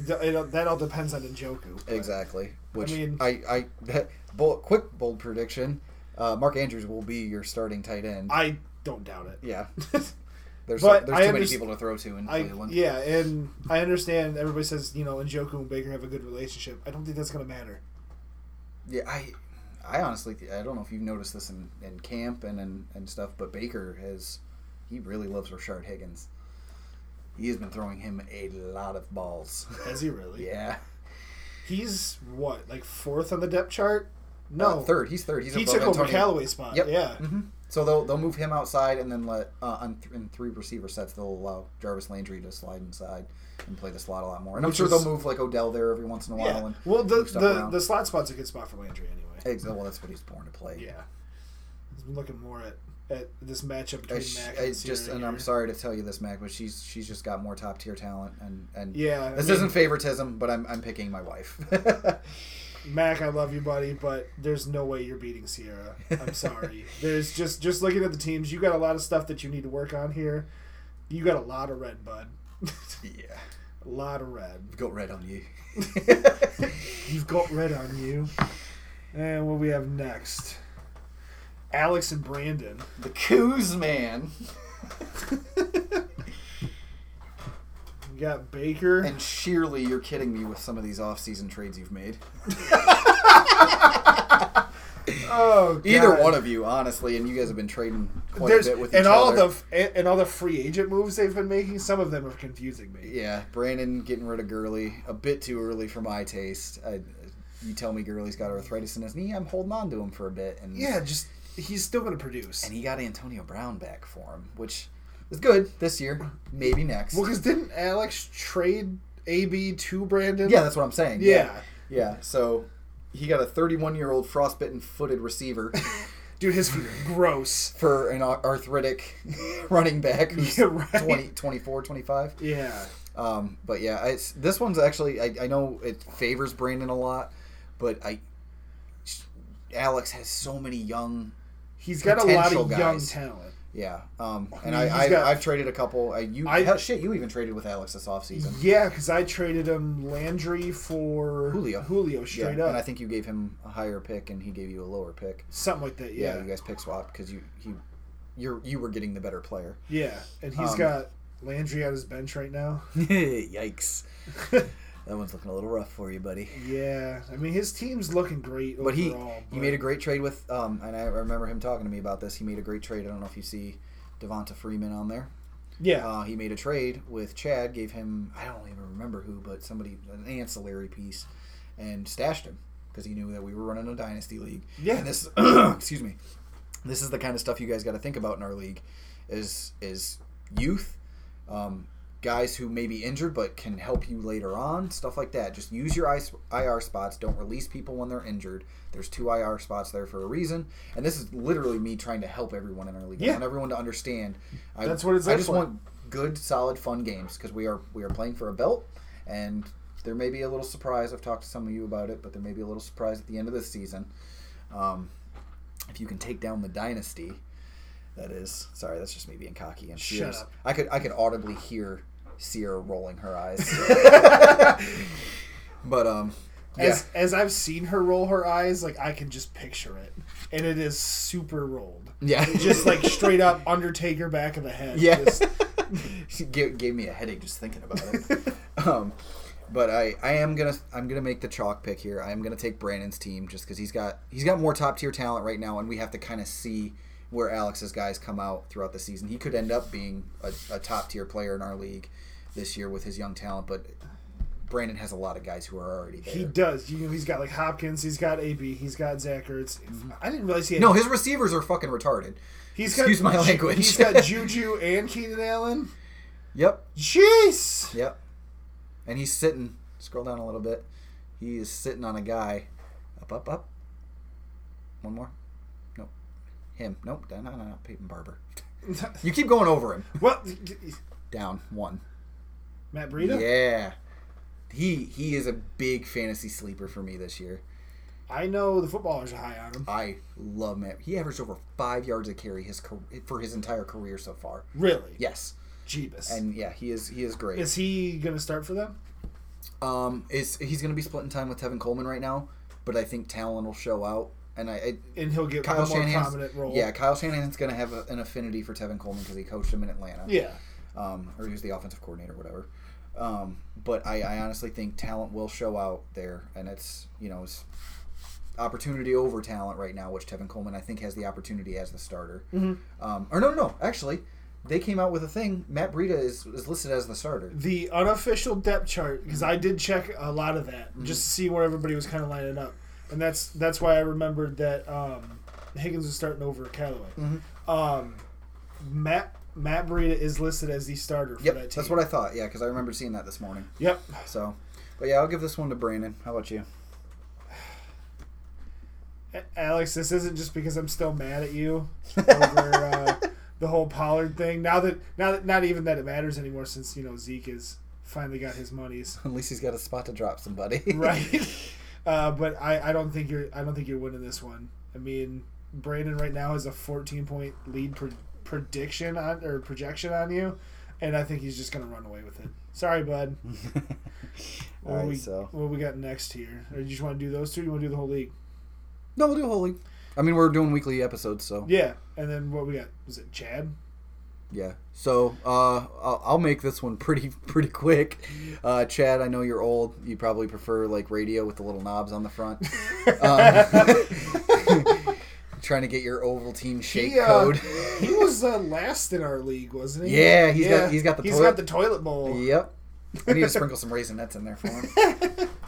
B: Th- It, all- that all depends on Njoku. but-
A: exactly which i
B: mean-
A: i, that bold, quick bold prediction uh, mark andrews will be your starting tight end
B: I don't doubt it.
A: yeah there's,
B: But
A: there's
B: I
A: too many
B: underst-
A: people to throw to in
B: I,
A: cleveland
B: yeah, and I understand everybody says you know Njoku and Baker have a good relationship. I don't think that's gonna matter.
A: Yeah, I, I honestly, I don't know if you've noticed this in, in camp and, and and stuff, but Baker has, he really loves Rashard Higgins. He has been throwing him a lot of balls.
B: Has he really?
A: yeah,
B: He's what like fourth on the depth chart?
A: Uh,
B: No,
A: third. He's third. He's
B: He
A: above
B: took over
A: Antonio.
B: Callaway's spot.
A: Yep.
B: Yeah.
A: hmm So they'll they'll move him outside and then let uh, on th- in three receiver sets they'll allow Jarvis Landry to slide inside and play the slot a lot more. And I'm
B: Which
A: sure
B: is-
A: they'll move like Odell there every once in a while.
B: Yeah.
A: And
B: Well, the
A: move stuff
B: the,
A: around.
B: the slot spot's a good spot for Landry anyway.
A: Ex- well that's what he's born to play.
B: Yeah. I've been looking more at, at this matchup
A: I
B: between
A: Uh, sh-
B: Mac
A: I
B: and
A: just
B: Sierra
A: and I'm
B: here.
A: sorry to tell you this, Mac, but she's she's just got more top tier talent, and and
B: Yeah. I
A: this
B: mean,
A: isn't favoritism, but I'm I'm picking my wife.
B: Mac, I love you, buddy, but there's no way you're beating Sierra. I'm sorry. there's just just looking at the teams, you got a lot of stuff that you need to work on here. You got a lot of red, bud.
A: yeah,
B: a lot of red.
A: got red on you.
B: You've got red on you. And what we have next? Alex and Brandon.
A: the coos man
B: We got Baker.
A: and Sheerly. You're kidding me with some of these off season trades you've made.
B: Oh, God.
A: Either one of you, honestly, and you guys have been trading quite
B: There's,
A: a bit with
B: and
A: each
B: all
A: other.
B: the and all the free agent moves they've been making. Some of them are confusing me.
A: yeah, Brandon getting rid of Gurley a bit too early for my taste. I, you tell me Gurley's got arthritis in his knee, I'm holding on to him for a bit, and
B: Yeah, just he's still going to produce.
A: and he got Antonio Brown back for him, which is good this year, maybe next.
B: Well, because didn't Alex trade AB to Brandon?
A: yeah, that's what I'm saying.
B: yeah.
A: yeah. So he got a 31 year old frostbitten footed receiver
B: Dude, his feet are gross.
A: for an ar- arthritic running back who's
B: Yeah, right.
A: 20, 24, 25.
B: Yeah.
A: Um, but yeah, it's, this one's actually I, I know it favors Brandon a lot, but I Alex has so many young
B: He's got a lot
A: Potential
B: of young
A: guys.
B: talent.
A: yeah um and
B: mean, he's
A: I, I
B: got-
A: I've traded a couple I Mm-hmm. you
B: I-
A: hell, shit you even traded with Alex this offseason.
B: Yeah, because I traded him Landry for
A: Julio.
B: Julio straight
A: yeah,
B: up.
A: and I think you gave him a higher pick and he gave you a lower pick.
B: Something like that,
A: Yeah,
B: yeah.
A: you guys pick swapped because you he you you were getting the better player.
B: Yeah, and he's
A: Um,
B: got Landry on his bench right now.
A: Yikes, that one's looking a little rough for you, buddy.
B: Yeah, I mean his team's looking great
A: But he
B: overall.
A: he made a great trade with um and I remember him talking to me about this. He made a great trade. I don't know if you see Devonta Freeman on there.
B: yeah,
A: Uh, he made a trade with Chad, gave him I don't even remember who, but somebody an ancillary piece, and stashed him because he knew that we were running a dynasty league.
B: Yeah.
A: And this excuse me, this is the kind of stuff you guys got to think about in our league, is is youth, um, guys who may be injured but can help you later on, stuff like that. Just use your IS IR spots. Don't release people when they're injured. There's two IR spots there for a reason, and this is literally me trying to help everyone in our league. I
B: Yeah.
A: want everyone to understand. I,
B: That's what it's
A: I
B: there
A: just
B: for.
A: want good, solid, fun games because we are we are playing for a belt, and there may be a little surprise. I've talked to some of you about it, but there may be a little surprise at the end of this season. Um, if you can take down the dynasty, that is. Sorry, that's just me being cocky and
B: Shut
A: fierce.
B: up.
A: I could I could audibly hear Sierra rolling her eyes. but um, yeah,
B: as as I've seen her roll her eyes, like I can just picture it, and it is super rolled,
A: yeah,
B: just like straight up Undertaker back of the head.
A: Yeah.
B: Just-
A: she gave, gave me a headache just thinking about it. um, but I, I am gonna I'm gonna make the chalk pick here. I am gonna take Brandon's team just because he's got he's got more top tier talent right now, and we have to kind of see where Alex's guys come out throughout the season. He could end up being a, a top tier player in our league this year with his young talent, but Brandon has a lot of guys who are already there.
B: He does. You know, he's got like Hopkins. He's got AB. He's got Zach Ertz. I didn't realize he had.
A: no, his receivers are fucking retarded.
B: he's
A: excuse my language.
B: He's got Juju and Keenan Allen.
A: Yep,
B: Jeez.
A: Yep. And he's sitting. Scroll down a little bit. He is sitting on a guy. Up, up, up. One more. Nope. Him. Nope. No, no, no. no. Peyton Barber. You keep going over him.
B: what?
A: Down one.
B: Matt Breida.
A: Yeah. He he is a big fantasy sleeper for me this year.
B: I know the footballers are high on him.
A: I love Matt. He averaged over five yards a carry his car- for his entire career so far.
B: Really?
A: Yes.
B: Jeebus.
A: And yeah, he is he is great.
B: is he gonna start for them?
A: Um, is he's going to be splitting time with Tevin Coleman right now, but I think Talon will show out, and I, I
B: And he'll get
A: Kyle
B: a more prominent
A: Shanahan.
B: role.
A: Yeah, Kyle Shanahan's going to have a, an affinity for Tevin Coleman because he coached him in Atlanta.
B: Yeah.
A: Um, or he was the offensive coordinator, whatever. Um, but I, I honestly think talent will show out there, and it's you know it's opportunity over talent right now, which Tevin Coleman I think has the opportunity as the starter.
B: Mm-hmm.
A: Um, or no, no, no, actually. They came out with a thing. Matt Breida is, is listed as the starter.
B: The unofficial depth chart because I did check a lot of that
A: Mm-hmm.
B: just to see where everybody was kind of lining up, and that's that's why I remembered that um, Higgins was starting over Callaway.
A: Mm-hmm.
B: Um, Matt Matt Breida is listed as the starter for
A: Yep,
B: that team.
A: that's what I thought. Yeah, because I remember seeing that this morning.
B: Yep.
A: So, but yeah, I'll give this one to Brandon. How about you?
B: A- Alex, this isn't just because I'm still mad at you over uh, the whole Pollard thing. Now that now that not even that it matters anymore since you know Zeke has finally got his monies
A: At least he's got a spot to drop somebody.
B: right. uh, but I, I don't think you're I don't think you're winning this one. I mean, Brandon right now has a 14 point lead pre- prediction on or projection on you, and I think he's just gonna run away with it. Sorry, bud. What
A: All right,
B: we
A: so
B: what we got next here? Or you just want to do those two? You want to do the whole league?
A: no, we'll do holy. I mean, we're doing weekly episodes, so yeah.
B: Yeah. And then what we got? Was it Chad?
A: So uh, I'll, I'll make this one pretty pretty quick. Uh, Chad, I know you're old. You probably prefer like radio with the little knobs on the front. Um, trying to get your Ovaltine shake
B: He, uh,
A: code.
B: he was uh, last in our league, wasn't he?
A: Yeah, he's got- he's got the
B: he's
A: toilet-
B: got the toilet bowl.
A: Yep. I need to sprinkle some raisinettes in there for him.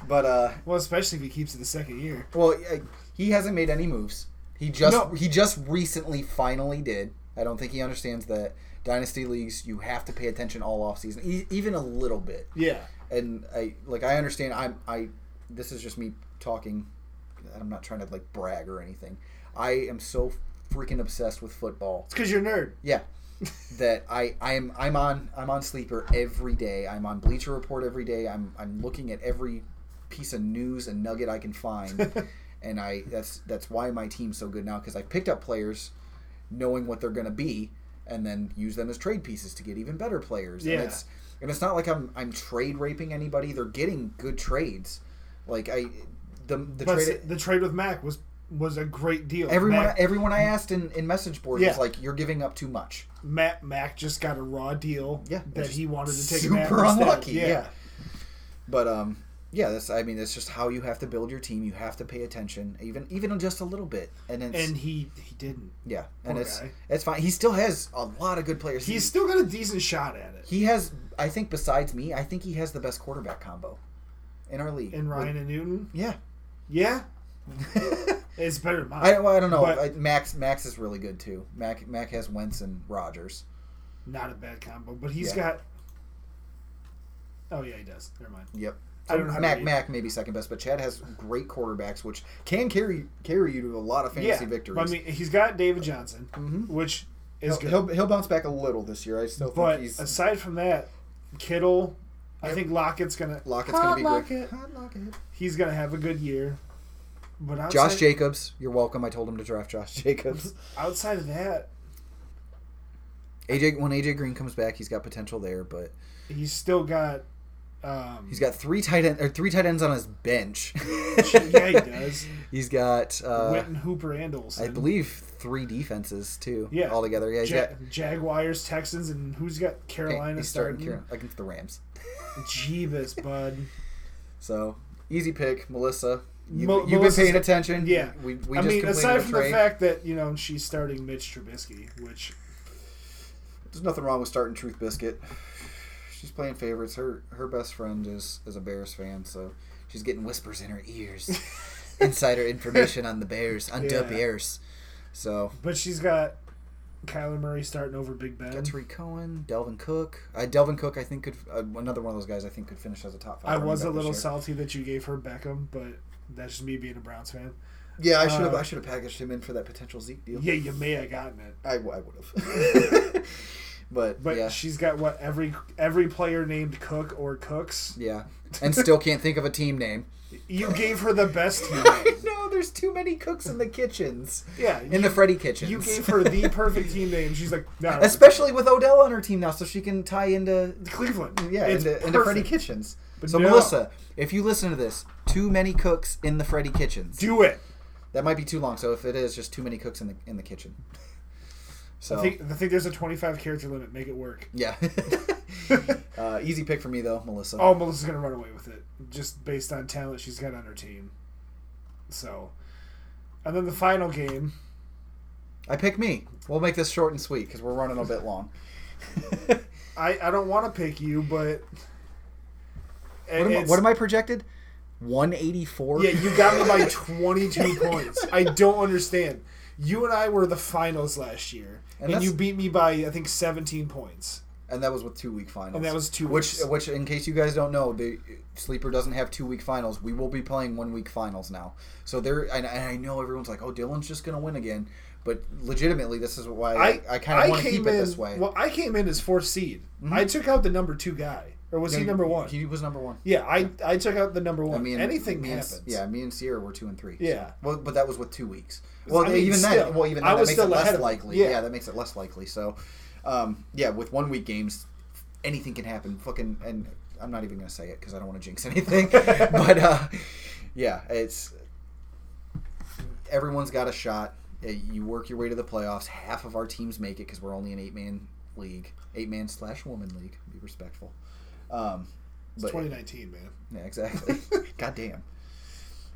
A: But uh,
B: Well, especially if he keeps it the second year.
A: well, I- he hasn't made any moves. He just
B: No.
A: he just recently finally did. I don't think he understands that dynasty leagues you have to pay attention all off season, e- even a little bit.
B: Yeah,
A: And I like I understand I'm I this is just me talking. I'm not trying to like brag or anything. I am so freaking obsessed with football.
B: it's because you're a nerd.
A: Yeah. that I I'm I'm on I'm on sleeper every day. I'm on Bleacher Report every day. I'm I'm looking at every piece of news and nugget I can find. and I that's that's why my team's so good now cuz I picked up players knowing what they're going to be and then use them as trade pieces to get even better players.
B: Yeah.
A: And it's and it's not like I'm I'm trade raping anybody. They're getting good trades. Like I the the
B: But
A: trade
B: the trade with Mac was was a great deal.
A: everyone e-,
B: Mac,
A: everyone I asked in in message board
B: Yeah.
A: was like you're giving up too much.
B: Mac, Mac just got a raw deal.
A: Yeah,
B: that
A: which
B: he
A: is
B: wanted to take.
A: super
B: Mac instead.
A: unlucky, yeah. But um, yeah, that's I mean, that's just how you have to build your team. You have to pay attention, even even just a little bit. And it's
B: and he he didn't.
A: yeah, and
B: poor
A: it's
B: guy.
A: it's fine. He still has a lot of good players.
B: He's still got a decent shot at it.
A: he, he has I think besides me, I think he has the best quarterback combo in our league.
B: And Ryan and Newton,
A: yeah,
B: yeah, it's better than mine.
A: I, well, I don't know.
B: But-
A: I, Max Max is really good too. Mac Mac has Wentz and Rogers.
B: Not a bad combo, but he's
A: Yeah.
B: got. Oh yeah, he does. Never mind.
A: Yep.
B: I don't know how to
A: Mac
B: read.
A: Mac may be second best, but Chad has great quarterbacks, which can carry carry you to a lot of fantasy
B: yeah,
A: victories. Mm-hmm.
B: but I mean, he's got David Johnson, which
A: he'll,
B: is good.
A: he'll he'll bounce back a little this year. I still think
B: but
A: he's
B: aside from that, Kittle, I think Lockett's gonna
A: Lockett's
B: Hot
A: going to be
B: Lockett.
A: great. Hot Lockett.
B: He's gonna have a good year. But outside,
A: Josh Jacobs, you're welcome. I told him to draft Josh Jacobs.
B: outside of that,
A: AJ when AJ Green comes back, he's got potential there, but
B: he's still got. Um,
A: he's got three tight end or three tight ends on his bench.
B: yeah, he does.
A: He's got uh,
B: Witten, Hooper, and Olsen.
A: I believe three defenses too.
B: Yeah.
A: altogether. Yeah, he's
B: Ja-
A: got
B: Jaguars, Texans, and who's got Carolina
A: he's starting
B: starting?
A: here against the Rams.
B: Jeebus, bud.
A: So easy pick, Melissa. You,
B: Mo-
A: you've
B: Melissa's-
A: been paying attention.
B: Yeah,
A: we, we
B: I
A: just
B: mean,
A: completed
B: aside
A: a
B: from
A: trade.
B: the fact that you know she's starting Mitch Trubisky, which
A: There's nothing wrong with starting Truth Biscuit. She's playing favorites. Her her best friend is is a Bears fan, so she's getting whispers in her ears, insider information on the Bears, on the
B: Yeah.
A: Bears. So
B: But she's got Kyler Murray starting over Big Ben.
A: got Tariq Cohen, Delvin Cook. Uh, Delvin Cook, I think could uh, another one of those guys. I think could finish as a top five.
B: I
A: running
B: was a
A: back this
B: little
A: year.
B: salty that you gave her Beckham, but that's just me being a Browns fan.
A: Yeah, I should have
B: uh,
A: I should have packaged him in for that potential Zeke deal.
B: Yeah, you may have gotten it,
A: I, would have. but,
B: but
A: yeah,
B: she's got what every every player named Cook or Cooks.
A: yeah, and still can't think of a team name.
B: You gave her the best team.
A: I know there's too many cooks in the kitchens.
B: Yeah,
A: In the Freddy kitchens.
B: you gave her the perfect team name. She's like, no,
A: Especially with Odell on her team now, so she can tie into
B: Cleveland.
A: yeah uh,
B: it's
A: into, into Freddy
B: perfect.
A: Kitchens.
B: But
A: so
B: no.
A: Melissa, if you listen to this, too many cooks in the Freddy Kitchens.
B: Do it.
A: that might be too long. So if it is, just too many cooks in the in the kitchen. So
B: I think I think there's a 25 character limit. Make it work.
A: yeah, uh, easy pick for me though, Melissa.
B: Oh, Melissa's gonna run away with it just based on talent she's got on her team. So, and then the final game.
A: I pick me. We'll make this short and sweet because we're running a bit long.
B: I I don't want to pick you, but
A: What am, I,
B: it's-
A: what am I projected? One eighty four.
B: Yeah, you got me by 22 points. I don't understand. You and I were the finals last year,
A: And
B: and,
A: that's-
B: you beat me by I think 17 points.
A: and that was with two week finals.
B: And that was two
A: Which,
B: weeks.
A: which, in case you guys don't know, the sleeper doesn't have two week finals. We will be playing one week finals now. So there, and, and I know everyone's like, "Oh, Dylan's just gonna win again," but legitimately, this is why I, I kind of want to
B: came
A: keep
B: in,
A: it this way. Mm-hmm.
B: Well, I came in as fourth seed. I took out the number two guy, or was he
A: Yeah,
B: number one?
A: He was number one.
B: yeah, I I took out the number one.
A: And me and-
B: Anything
A: me and-
B: happens.
A: yeah, me and Sierra were two and three.
B: Yeah.
A: So- well, but that was with two weeks. Well,
B: I mean,
A: even
B: still,
A: that. Well, even
B: I
A: that, that
B: was
A: makes it
B: still ahead
A: less
B: of-
A: likely. Yeah.
B: yeah.
A: that makes it less likely. So, um, yeah, with one week games, anything can happen. Fucking, and I'm not even gonna say it because I don't want to jinx anything. but uh, yeah, it's everyone's got a shot. Uh, You work your way to the playoffs. Half of our teams make it because we're only an eight man league, eight man slash woman league. Be respectful. Um,
B: It's 2019, man.
A: yeah, exactly. God damn.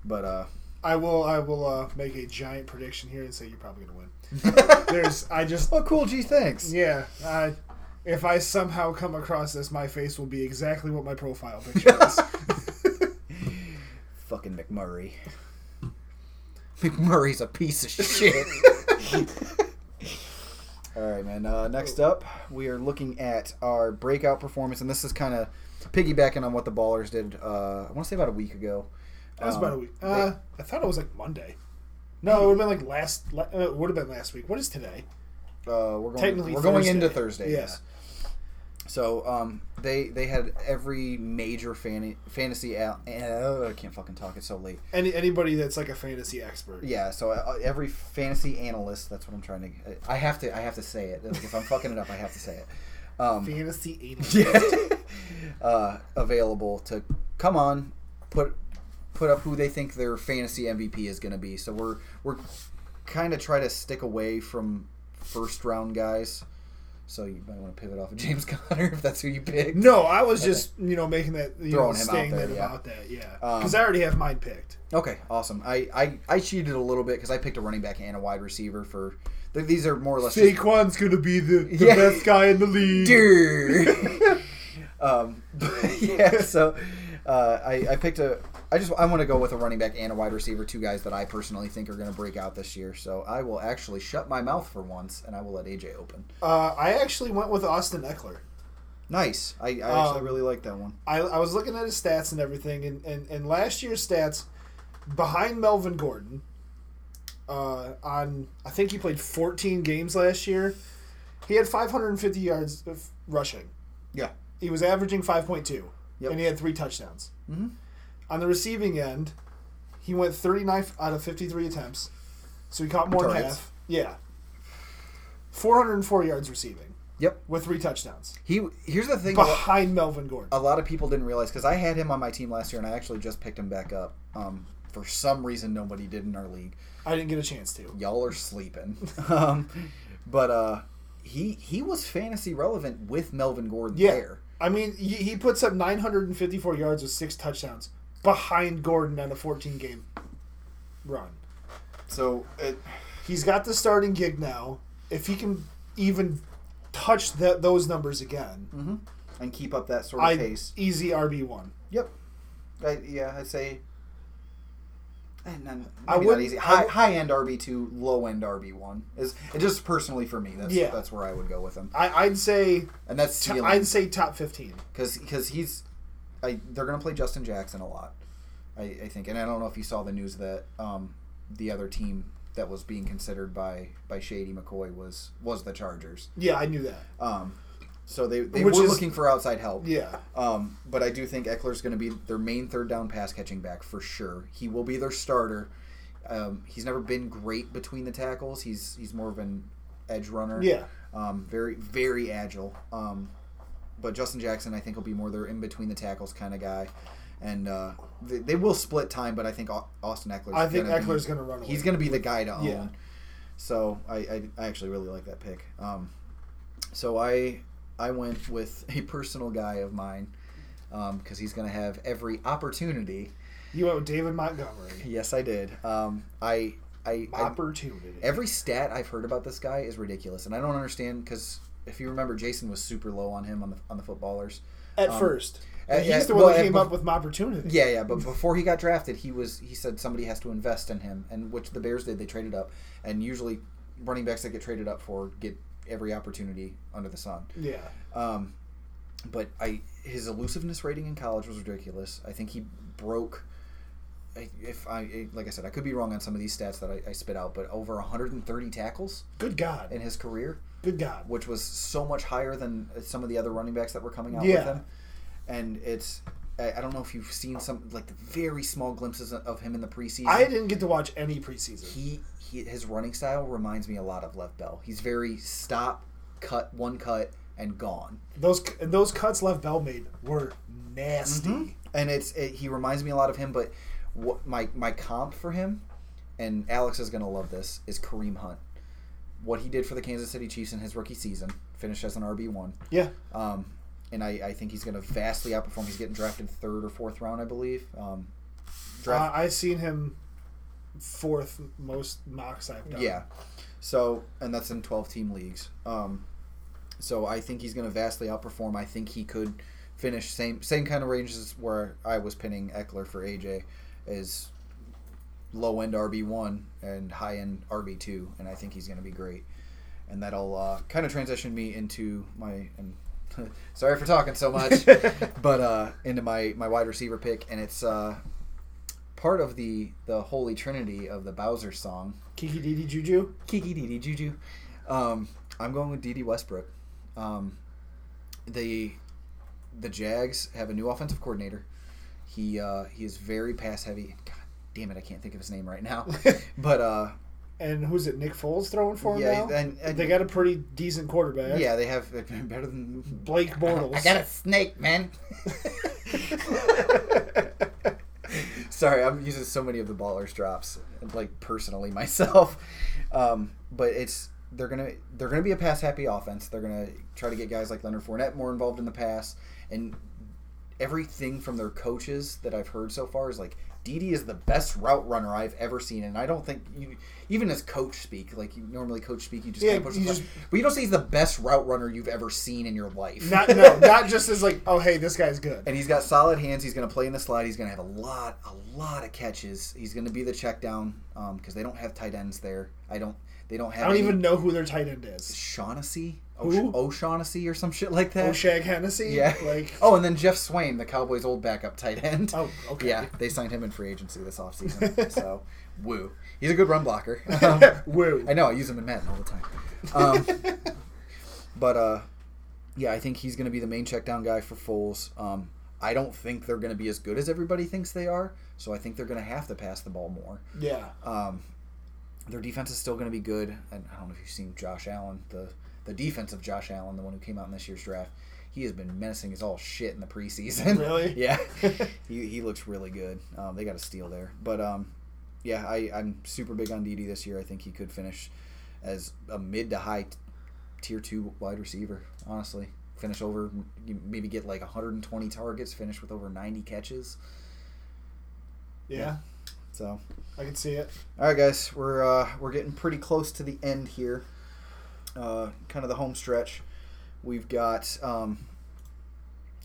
A: But uh
B: I will. I will uh, make a giant prediction here and say you're probably gonna win. There's. I just.
A: Oh, cool. Gee, thanks.
B: Yeah. I, if I somehow come across this, my face will be exactly what my profile picture is.
A: Fucking McMurray. McMurray's a piece of shit. All right, man. Uh, next up, we are looking at our breakout performance, and this is kind of piggybacking on what the Ballers did. Uh, I want to say about a week ago.
B: That was
A: Um,
B: about a week. Uh, I thought it was like Monday. No, it would have been like last. la- Uh, it would have been last week. What is today?
A: uh, we're going,
B: Technically,
A: we're going
B: Thursday.
A: into Thursday.
B: Yeah.
A: Yes. So um, they they had every major fan- fantasy. Al- uh, I can't fucking talk. It's so late.
B: Any anybody that's like a fantasy expert.
A: Yeah. So uh, every fantasy analyst. That's what I'm trying to. uh, I have to. I have to say it. If I'm fucking it up, I have to say it. Um,
B: Fantasy analyst.
A: yeah. uh, available to come on, put put up who they think their fantasy MVP is going to be. So we're we're kind of try to stick away from first round guys. So you might want to pivot off of James Conner if that's who you pick.
B: No, I was just you know making that you
A: Throwing
B: know
A: him out
B: saying
A: there,
B: that
A: yeah.
B: about that. Yeah.
A: Um,
B: Because I already have mine picked.
A: Okay, awesome. I I, I cheated a little bit because I picked a running back and a wide receiver for. th- These are more or less. just-
B: Saquon's gonna be the, the
A: Yeah.
B: best guy in the league.
A: Durr. um, but yeah, so uh, I, I picked a. I just I want to go with a running back and a wide receiver, two guys that I personally think are going to break out this year. So I will actually shut my mouth for once, and I will let AJ open.
B: Uh, I actually went with Austin Eckler.
A: Nice. I, I actually
B: Um,
A: really like that one.
B: I, I was looking at his stats and everything, and, and, and last year's stats behind Melvin Gordon. Uh, on I think he played 14 games last year. He had 550 yards of rushing.
A: Yeah.
B: He was averaging 5.2,
A: Yep.
B: and he had three touchdowns.
A: Mhm.
B: On the receiving end, he went 39 out of 53 attempts, so he caught more than
A: Targets.
B: half. Yeah, 404 yards receiving
A: Yep.
B: with three touchdowns
A: He here's the thing.
B: behind Melvin Gordon.
A: a lot of people didn't realize because I had him on my team last year, and I actually just picked him back up. Um, for some reason, nobody did in our league.
B: I didn't get a chance to.
A: y'all are sleeping. um, but uh, he he was fantasy relevant with Melvin Gordon
B: Yeah.
A: there.
B: I mean, he, he puts up 954 yards with six touchdowns behind Gordon on a 14 game run.
A: So it,
B: He's got the starting gig now. If he can even touch that those numbers again,
A: and keep up that sort of
B: I
A: Mm-hmm. pace.
B: easy RB one.
A: Yep. I, yeah, I'd say. And then
B: I
A: maybe not
B: wouldn't-
A: easy.
B: I
A: High,
B: would-
A: high end RB two, low end RB one is it just personally for me. That's
B: Yeah.
A: that's where I would go with him,
B: I, I'd say
A: and that's
B: t- I'd
A: ceiling
B: say top 15.
A: because because he's, I they're gonna play Justin Jackson a lot, I, I think, and I don't know if you saw the news that um the other team that was being considered by by Shady McCoy was was the Chargers,
B: Yeah, I knew that.
A: um, so they they
B: Which
A: were
B: is-
A: looking for outside help,
B: Yeah,
A: Um, but I do think Eckler's going to be their main third down pass catching back for sure. He will be their starter. Um, he's never been great between the tackles. He's he's more of an edge runner.
B: yeah.
A: Um, very very agile. Um, but Justin Jackson, I think, will be more their in between the tackles kind of guy. And uh, they, they will split time, but I think Au- Austin Eckler's.
B: I think
A: gonna be-
B: Eckler's gonna run away.
A: He's going to be the guy to own.
B: Yeah.
A: So I, I, I actually really like that pick. Um, so I I went with a personal guy of mine because he's going to have every opportunity.
B: you went with David Montgomery.
A: Yes, I did. Um, I, I, I
B: Opportunity.
A: every stat I've heard about this guy is ridiculous, and I don't understand because if you remember, Jason was super low on him on the on the footballers.
B: At
A: um,
B: first,
A: at-
B: he's
A: at-
B: the one
A: well,
B: that
A: at
B: came
A: bef-
B: up with my opportunity.
A: Yeah, yeah, but before he got drafted, he was he said somebody has to invest in him, and which the Bears did. They traded up, and usually running backs that get traded up for get every opportunity under the sun.
B: yeah.
A: Um, but I his elusiveness rating in college was ridiculous. I think he broke. I- If I like I said, I could be wrong on some of these stats that I, I spit out, but over 130 tackles
B: Good God.
A: in his career
B: Good God.
A: which was so much higher than some of the other running backs that were coming out
B: Yeah.
A: with him. And it's I, I don't know if you've seen some like the very small glimpses of him in the preseason.
B: I didn't get to watch any preseason.
A: he, he his running style reminds me a lot of Lev Bell. He's very stop, cut, one cut, and gone.
B: Those and those cuts Lev Bell made were nasty.
A: And it's it, he reminds me a lot of him. But what my my comp for him, and Alex is gonna love this, is Kareem Hunt. What he did for the Kansas City Chiefs in his rookie season, finished as an RB one.
B: Yeah,
A: Um, and I, I think he's going to vastly outperform. He's getting drafted third or fourth round, I believe. Um,
B: uh,
A: draft,
B: I seen him fourth most mocks I've done.
A: Yeah. So, and that's in 12 team leagues. Um, so I think he's going to vastly outperform. I think he could finish same same kind of ranges where I was pinning Eckler for AJ is low end RB one and high end RB two, and I think he's going to be great. And that'll uh, kind of transition me into my and sorry for talking so much, but uh, into my my wide receiver pick, and it's uh, part of the the holy trinity of the Bowser song.
B: Kiki Didi Juju.
A: Kiki Didi Juju. Um, I'm going with Didi Westbrook. Um, the the Jags have a new offensive coordinator. He uh, he is very pass heavy. God damn it, I can't think of his name right now. but uh,
B: And who's it? Nick Foles throwing for him
A: yeah,
B: now.
A: and, and-
B: they got a pretty decent quarterback.
A: yeah, they have they've been better than
B: Blake Bortles.
A: I got a snake, man. Sorry, I'm using so many of the ballers drops, like personally myself. Um, but it's they're gonna they're gonna be a pass happy offense. They're gonna try to get guys like Leonard Fournette more involved in the pass, and everything from their coaches that I've heard so far is like Didi is the best route runner I've ever seen, and I don't think you even as coach speak like you normally coach speak you just
B: Yeah,
A: can't push
B: you
A: the button. but you don't say he's the best route runner you've ever seen in your life.
B: Not no, not just as like, oh hey, this guy's good.
A: And he's got solid hands. He's going to play in the slot. He's going to have a lot, a lot of catches. He's going to be the check down because they don't have tight ends there. I don't. They don't have.
B: I don't
A: any-
B: even know who their tight end is.
A: Shaughnessy,
B: Who?
A: O'Sh- O'Shaughnessy, or some shit like that.
B: O'Shag Hennessy.
A: yeah.
B: Like
A: oh, and then Jeff Swain, the Cowboys' old backup tight end.
B: Oh, okay.
A: Yeah, they signed him in free agency this offseason. so, woo. He's a good run blocker. Um,
B: woo.
A: I know I use him in Madden all the time. Um, but uh, yeah, I think he's going to be the main check down guy for Foles. Um, I don't think they're going to be as good as everybody thinks they are, so I think they're going to have to pass the ball more.
B: Yeah.
A: Um, their defense is still going to be good. And I don't know if you've seen Josh Allen, the the defense of Josh Allen, the one who came out in this year's draft. He has been menacing as all shit in the preseason.
B: Really?
A: yeah. he, he looks really good. Um, they got a steal there, but um, yeah, I I'm super big on Didi this year. I think he could finish as a mid to high t- tier two wide receiver. Honestly, finish over you maybe get like 120 targets, finish with over 90 catches.
B: Yeah.
A: So
B: I can see it.
A: All right, guys, we're uh, we're getting pretty close to the end here. Uh, kind of the home stretch. We've got um,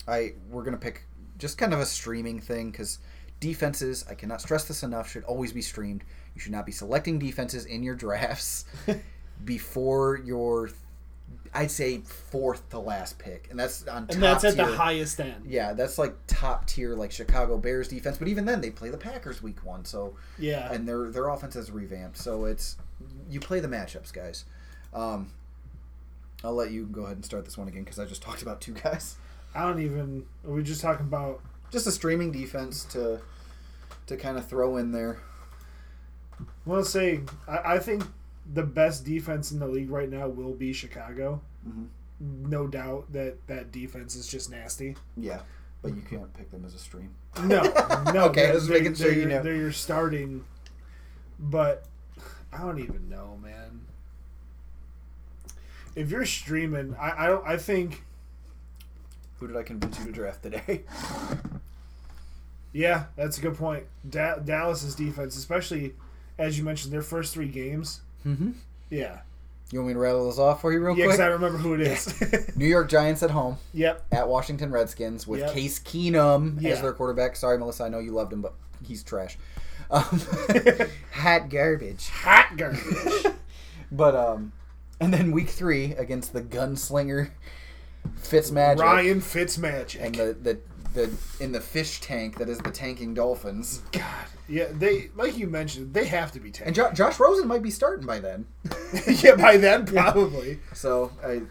A: I we're gonna pick just kind of a streaming thing because defenses. I cannot stress this enough. Should always be streamed. You should not be selecting defenses in your drafts before your. I'd say fourth to last pick, and that's on.
B: And that's at the
A: tier-
B: highest end.
A: Yeah, that's like top tier, like Chicago Bears defense. But even then, they play the Packers week one, so
B: Yeah.
A: and their their offense has revamped. So it's you play the matchups, guys. Um, I'll let you go ahead and start this one again because I just talked about two guys.
B: I don't even are we just talking about
A: Just a streaming defense to to kind of throw in there.
B: Well, let's say I, I think the best defense in the league right now will be Chicago.
A: Mhm.
B: No doubt that that defense is just nasty.
A: Yeah, but you can't pick them as a stream.
B: No, no.
A: Okay,
B: they're-
A: just
B: they're-
A: making sure
B: they're
A: you
B: your-
A: know.
B: they're your starting. But I don't even know, man. If you're streaming, I, I don't. I think
A: Who did I convince you to draft today?
B: yeah, that's a good point. Da- Dallas's defense, especially as you mentioned, their first three games.
A: mm-hmm.
B: Yeah,
A: You want me to rattle this off for you real
B: yeah, because
A: quick?
B: I remember who it is.
A: New York Giants at home
B: yep.
A: at Washington Redskins with
B: Yep.
A: Case Keenum
B: Yeah.
A: as their quarterback. Sorry, Melissa, I know you loved him, but he's trash. Um, hot garbage.
B: Hot garbage.
A: But um, and then week three against the gunslinger Fitzmagic
B: Ryan Fitzmagic.
A: and the, the the in the fish tank that is the tanking Dolphins.
B: God, yeah, they like you mentioned, they have to be
A: And
B: tanked.
A: jo- Josh Rosen might be starting by then.
B: yeah, by then probably
A: So I,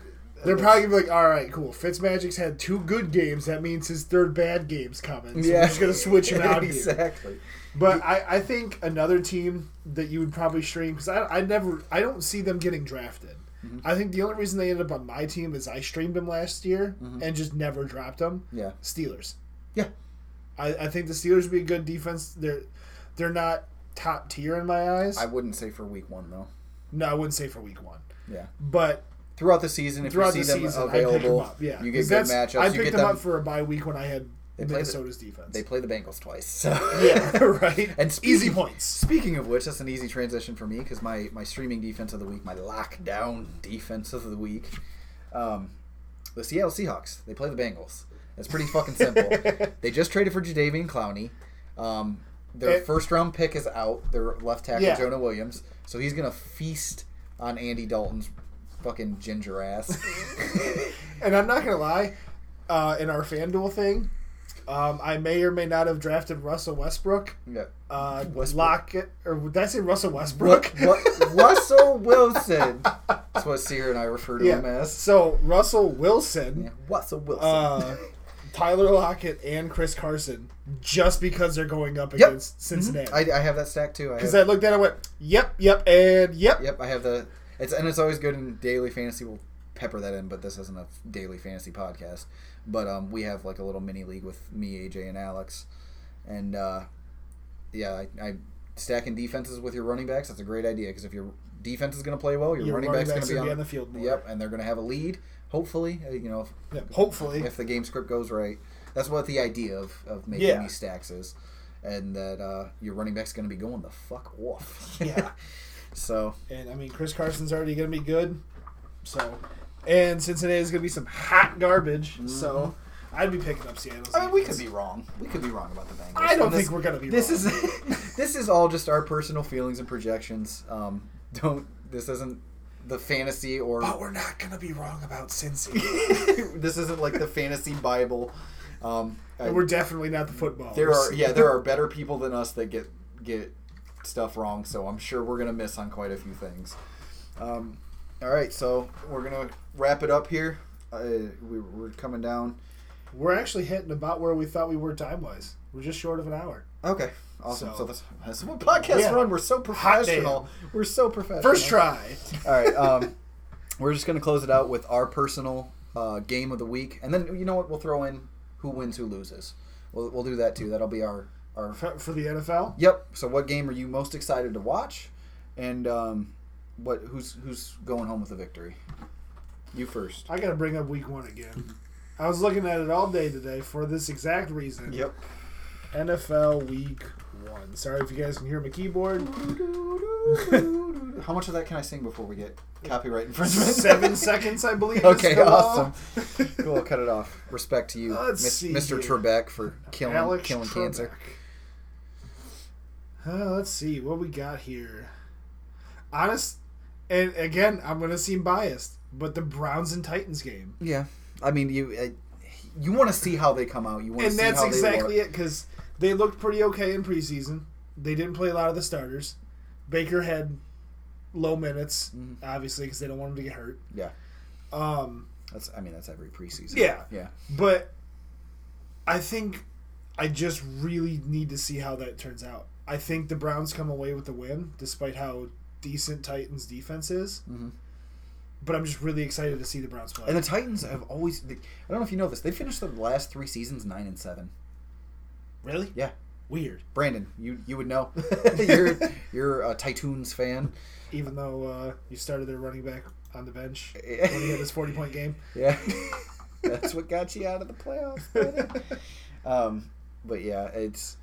B: they're probably gonna be like, all right, cool. Fitzmagic's had two good games. That means his third bad game's coming. So yeah, we're just gonna switch him out here.
A: exactly.
B: But I, I think another team that you would probably stream because I, I never I don't see them getting drafted.
A: Mm-hmm.
B: I think the only reason they ended up on my team is I streamed them last year and just never dropped them.
A: Mm-hmm. Yeah.
B: Steelers.
A: Yeah.
B: I, I think the Steelers would be a good defense. They're they're not top tier in my eyes.
A: I wouldn't say for week one though.
B: No, I wouldn't say for week one,
A: Yeah.
B: but
A: Throughout the season, if
B: throughout
A: you
B: the
A: see them
B: season, I picked them
A: available,
B: up. Yeah,
A: you
B: 'Cause
A: get good
B: that's-
A: matchups.
B: I
A: you
B: picked
A: get
B: them,
A: them
B: up for a bye week when I had
A: They play the,
B: Minnesota's defense.
A: they play the Bengals twice. So.
B: yeah, right.
A: And
B: easy
A: speaking-
B: points.
A: Speaking of which, that's an easy transition for me because my, my streaming defense of the week, my lockdown defense of the week, um, the Seattle Seahawks. They play the Bengals. It's pretty fucking simple. they just traded for Jadavian Clowney. Um, their
B: It-
A: first round pick is out. Their left tackle
B: Yeah.
A: Jonah Williams, so he's gonna feast on Andy Dalton's fucking ginger ass.
B: And I'm not gonna lie, uh, in our FanDuel thing, um, I may or may not have drafted Russell Westbrook.
A: yeah.
B: Uh,
A: Westbrook.
B: Lockett, or did I say Russell Westbrook?
A: Ru- Russell Wilson. That's what Sierra and I refer to him
B: yeah.
A: as.
B: So Russell Wilson,
A: Yeah, Russell Wilson.
B: uh, Tyler Lockett, and Chris Carson, just because they're going up against Cincinnati.
A: Mm-hmm. I, I have that stack too. I have,
B: Because I looked at it, and went, "Yep, yep, and yep."
A: Yep, I have the. It's and it's always good in daily fantasy. We'll pepper that in, but this isn't a daily fantasy podcast. But um, we have like a little mini league with me, AJ, and Alex, and uh, yeah, I, I stacking defenses with your running backs. That's a great idea because if your defense is going to play well, your,
B: Your
A: running,
B: running
A: back's
B: backs
A: going to
B: will
A: be
B: be
A: on,
B: on the field more.
A: Yep, and they're going to have a lead. Hopefully, uh, you know, if,
B: Yep, Hopefully,
A: if the game script goes right. That's what the idea of, of making
B: Yeah.
A: these stacks is, and that uh, your running back's going to be going the fuck off.
B: Yeah.
A: so
B: and I mean Chris Carson's already going to be good, so and Cincinnati's going to be some hot garbage. So I'd be picking up Seattle's.
A: I mean, we could
B: defense.
A: be wrong. We could be wrong about the Bengals.
B: I don't
A: And this-
B: think we're going to be.
A: This
B: wrong.
A: is this is all just our personal feelings and projections. Um, don't this isn't the fantasy or
B: But we're not going to be wrong about Cincy.
A: this isn't like the fantasy Bible. Um, I-
B: and we're definitely not the football.
A: there are yeah there are better people than us that get get stuff wrong. So I'm sure we're gonna miss on quite a few things. Um, all right, so we're gonna wrap it up here. Uh, we, we're coming down.
B: We're actually hitting about where we thought we were time wise. We're just short of an hour.
A: Okay, awesome. So,
B: So-
A: that's, that's what podcasts
B: Yeah.
A: run. We're so
B: Hot damn.
A: professional. We're so professional.
B: First try.
A: All right. Um, we're just going to close it out with our personal uh, game of the week, and then you know what? We'll throw in who wins, who loses. We'll, we'll do that too. That'll be our our.
B: For, for the NFL,
A: Yep. So, what game are you most excited to watch, and um, what who's who's going home with a victory? You first.
B: I got to bring up Week One again. I was looking at it all day today for this exact reason. NFL Week One. Sorry if you guys can hear my keyboard.
A: How much of that can I sing before we get copyright infringement?
B: Seven seconds, I believe. is
A: Okay,
B: the law.
A: awesome. We'll cut it off. Respect to you,
B: Let's
A: Mis-
B: see
A: Mr.
B: here.
A: Trebek, for killing
B: Alex
A: killing
B: Trebek.
A: cancer.
B: Uh, let's see what we got here. Honest, and again, I'm gonna seem biased, but the Browns and Titans game,
A: Yeah, I mean you. Uh, you want to see how they come out. You want to
B: and
A: see
B: that's
A: how
B: exactly
A: they
B: it because they looked pretty okay in preseason. They didn't play a lot of the starters. Baker had low minutes,
A: Mhm.
B: obviously, because they don't want him to get hurt.
A: Yeah.
B: Um,
A: That's I mean that's every preseason.
B: Yeah.
A: yeah.
B: But I think I just really need to see how that turns out. I think the Browns come away with the win, despite how decent Titans defense is.
A: Mhm.
B: But I'm just really excited to see the Browns play.
A: And the Titans have always. They, I don't know if you know this. They finished the last three seasons nine and seven.
B: really?
A: Yeah,
B: Weird.
A: Brandon, you you would know. you're you're a Titans fan.
B: Even though uh, you started their running back on the bench
A: Yeah.
B: when he had his 40 point game.
A: Yeah, that's what got you out of the playoffs. buddy. um, but yeah, it's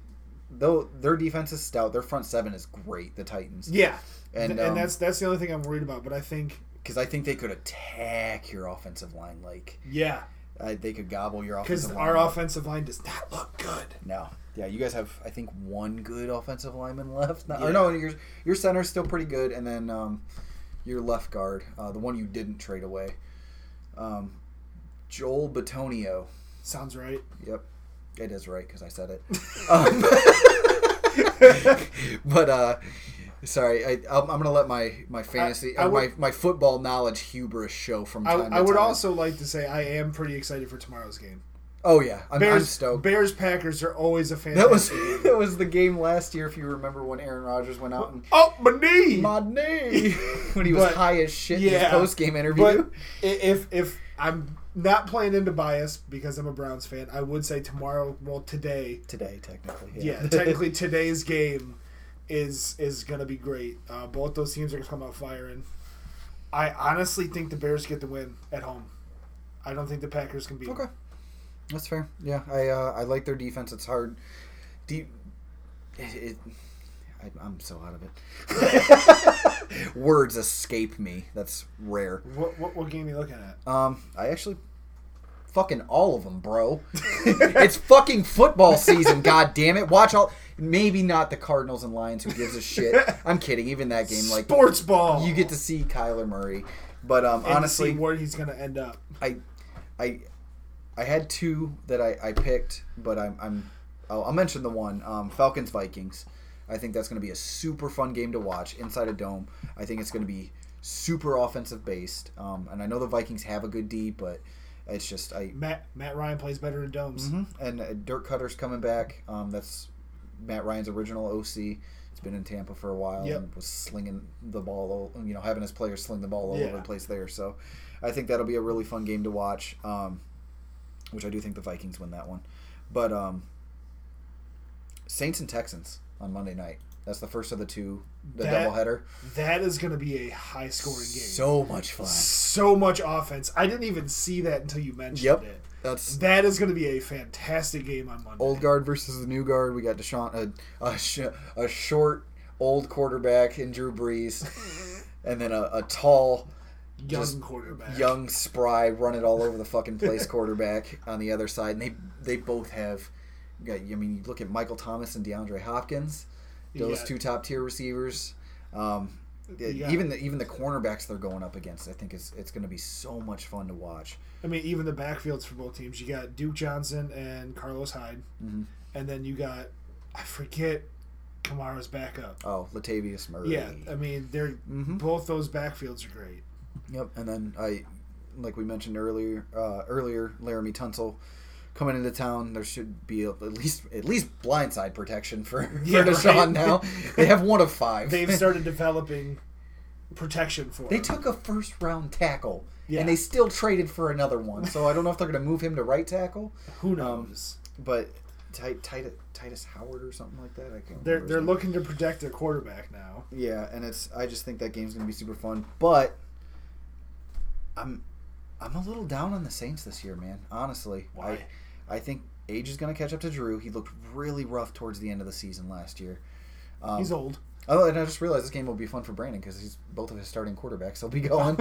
A: though their defense is stout. Their front seven is great. The Titans.
B: Yeah.
A: And,
B: And,
A: um,
B: and that's that's the only thing I'm worried about. But I think,
A: because I think they could attack your offensive line. Like
B: yeah,
A: uh, they could gobble your
B: because
A: offensive line.
B: our
A: up.
B: offensive line does not look good.
A: No. Yeah, you guys have I think one good offensive lineman left. No, or no your your center's still pretty good, and then um, your left guard, uh, the one you didn't trade away, um, Joel Batonio.
B: Sounds right.
A: Yep, it is right because I said it. um, but uh, sorry, I, I'm, I'm gonna let my my fantasy,
B: I
A: uh,
B: would-
A: my my football knowledge hubris show from
B: I,
A: time to
B: I would
A: time.
B: also like to say I am pretty excited for tomorrow's game.
A: Oh yeah, I'm, I'm
B: Bears,
A: stoked.
B: Bears Packers are always a fan.
A: That was that was the game last year, if you remember when Aaron Rodgers went out and
B: oh my knee.
A: my knee when he was
B: But-
A: high as shit in his
B: yeah,
A: post game
B: but
A: interview.
B: i- if if I'm not playing into bias because I'm a Browns fan, I would say tomorrow, well today,
A: Today, technically,
B: yeah, technically today's game is is gonna be great. Uh, both those teams are gonna come out firing. I honestly think the Bears get the win at home. I don't think the Packers can beat. 'em.
A: okay. That's fair. Yeah, I uh, I like their defense. It's hard. Deep. It, it, I, I'm so out of it. Words escape me. That's rare.
B: What, what, what game are you looking at?
A: Um, I actually fucking all of them, bro. it's fucking football season. God damn it! Watch all. Maybe not the Cardinals and Lions. Who gives a shit? I'm kidding. Even that game, like
B: Sports ball.
A: you get to see Kyler Murray. But um,
B: And to see
A: honestly,
B: where he's gonna end up.
A: I, I, I had two that I, I picked, but I'm, I'm I'll, I'll mention the one um, Falcons Vikings. I think that's going to be a super fun game to watch inside a dome. I think it's going to be super offensive based, um, and I know the Vikings have a good D, but it's just I
B: Matt Matt Ryan plays better in domes.
A: and uh, Dirt Cutter's coming back. Um, that's Matt Ryan's original OC. It's been in Tampa for a while
B: Yep.
A: and was slinging the ball, all- you know, having his players sling the ball all
B: Yeah.
A: over the place there. So I think that'll be a really fun game to watch, um, which I do think the Vikings win that one. But um, Saints and Texans on Monday night. That's the first of the two, the
B: That-
A: doubleheader.
B: That is gonna be a high scoring game. So,
A: So much fun.
B: much offense. I didn't even see that until you mentioned
A: Yep.
B: it.
A: That's
B: That is gonna be a fantastic game on Monday.
A: old guard versus the new guard. We got Deshaun, a, a, sh- a short old quarterback in Drew Brees, and then a, a tall,
B: young
A: just
B: quarterback.
A: young, spry, run it all over the fucking place quarterback on the other side. And they they both have. you got- I mean, you look at Michael Thomas and DeAndre Hopkins, those
B: Yeah.
A: two top tier receivers. Um,
B: Yeah.
A: Even the even the cornerbacks they're going up against, I think it's it's going to be so much fun to watch.
B: I mean, even the backfields for both teams. You got Duke Johnson and Carlos Hyde,
A: Mm-hmm.
B: and then you got I forget Kamara's backup.
A: Oh, Latavius Murray.
B: Yeah, I mean, they're
A: Mm-hmm.
B: both those backfields are great.
A: Yep. And then I, like we mentioned earlier, uh, earlier Laramie Tunsil coming into town. There should be at least at least blindside protection for, for
B: Yeah,
A: Deshaun
B: right.
A: now. They have one of five.
B: They've started developing protection for.
A: they
B: him.
A: took a first round tackle.
B: Yeah.
A: And they still traded for another one, so I don't know if they're going to move him to right tackle.
B: Who knows?
A: But Ti- Titus, Titus Howard or something like that. I can't. remember
B: they're
A: his
B: they're
A: name.
B: looking to protect their quarterback now.
A: Yeah, and it's I just think that game's gonna be super fun. But I'm I'm a little down on the Saints this year, man. Honestly,
B: Why?
A: I I think age is gonna catch up to Drew. He looked really rough towards the end of the season last year. Um,
B: He's old.
A: Oh, and I just realized this game will be fun for Brandon because he's both of his starting quarterbacks will be going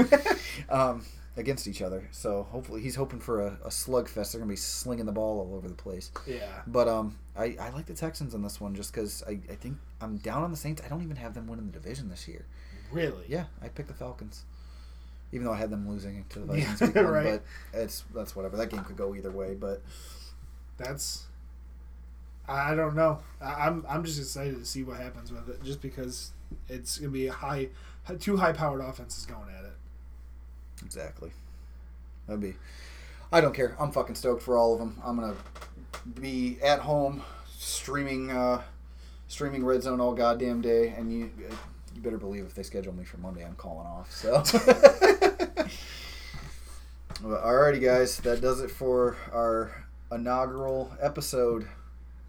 A: um, against each other. So hopefully he's hoping for a, a slugfest. They're gonna be slinging the ball all over the place.
B: Yeah.
A: But um, I, I like the Texans on this one just because I, I think I'm down on the Saints. I don't even have them winning the division this year.
B: Really?
A: Yeah, I picked the Falcons, even though I had them losing to the
B: Yeah,
A: Vikings. week one,
B: right.
A: But it's that's whatever. That game could go either way. But
B: That's. I don't know. I, I'm I'm just excited to see what happens with it, just because it's gonna be a high, two high powered offenses going at it.
A: exactly, that'd be. I don't care. I'm fucking stoked for all of them. I'm gonna be at home streaming uh, streaming Red Zone all goddamn day, and you you better believe if they schedule me for Monday, I'm calling off. So. Well, alrighty, guys, that does it for our inaugural episode.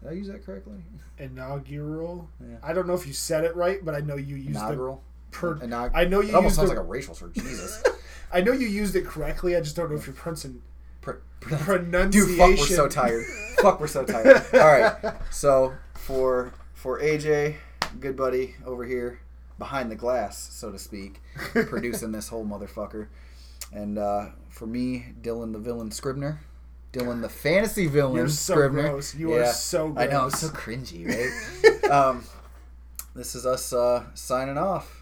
A: Did I use that correctly?
B: Inaugural.
A: Yeah.
B: I don't know if you said it right, but I know you used
A: Inaugural.
B: the per.
A: Inaugural.
B: I know
A: It
B: you
A: almost
B: used
A: sounds
B: the-
A: like a racial slur. Jesus.
B: I know you used it correctly. I just don't know if you're pronouncing
A: Pr-
B: pronunciation.
A: Dude, fuck, we're so tired. fuck, we're so tired. All right. So for for AJ, good buddy over here behind the glass, so to speak, producing this whole motherfucker, and uh, for me, Dylan the villain Scribner. Dylan the fantasy villain
B: You're so
A: Scribner.
B: gross. You are so
A: I know, it's so
B: gross.
A: cringy, right? um, this is us uh, signing off.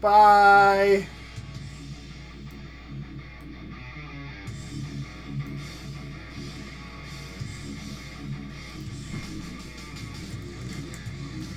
B: Bye.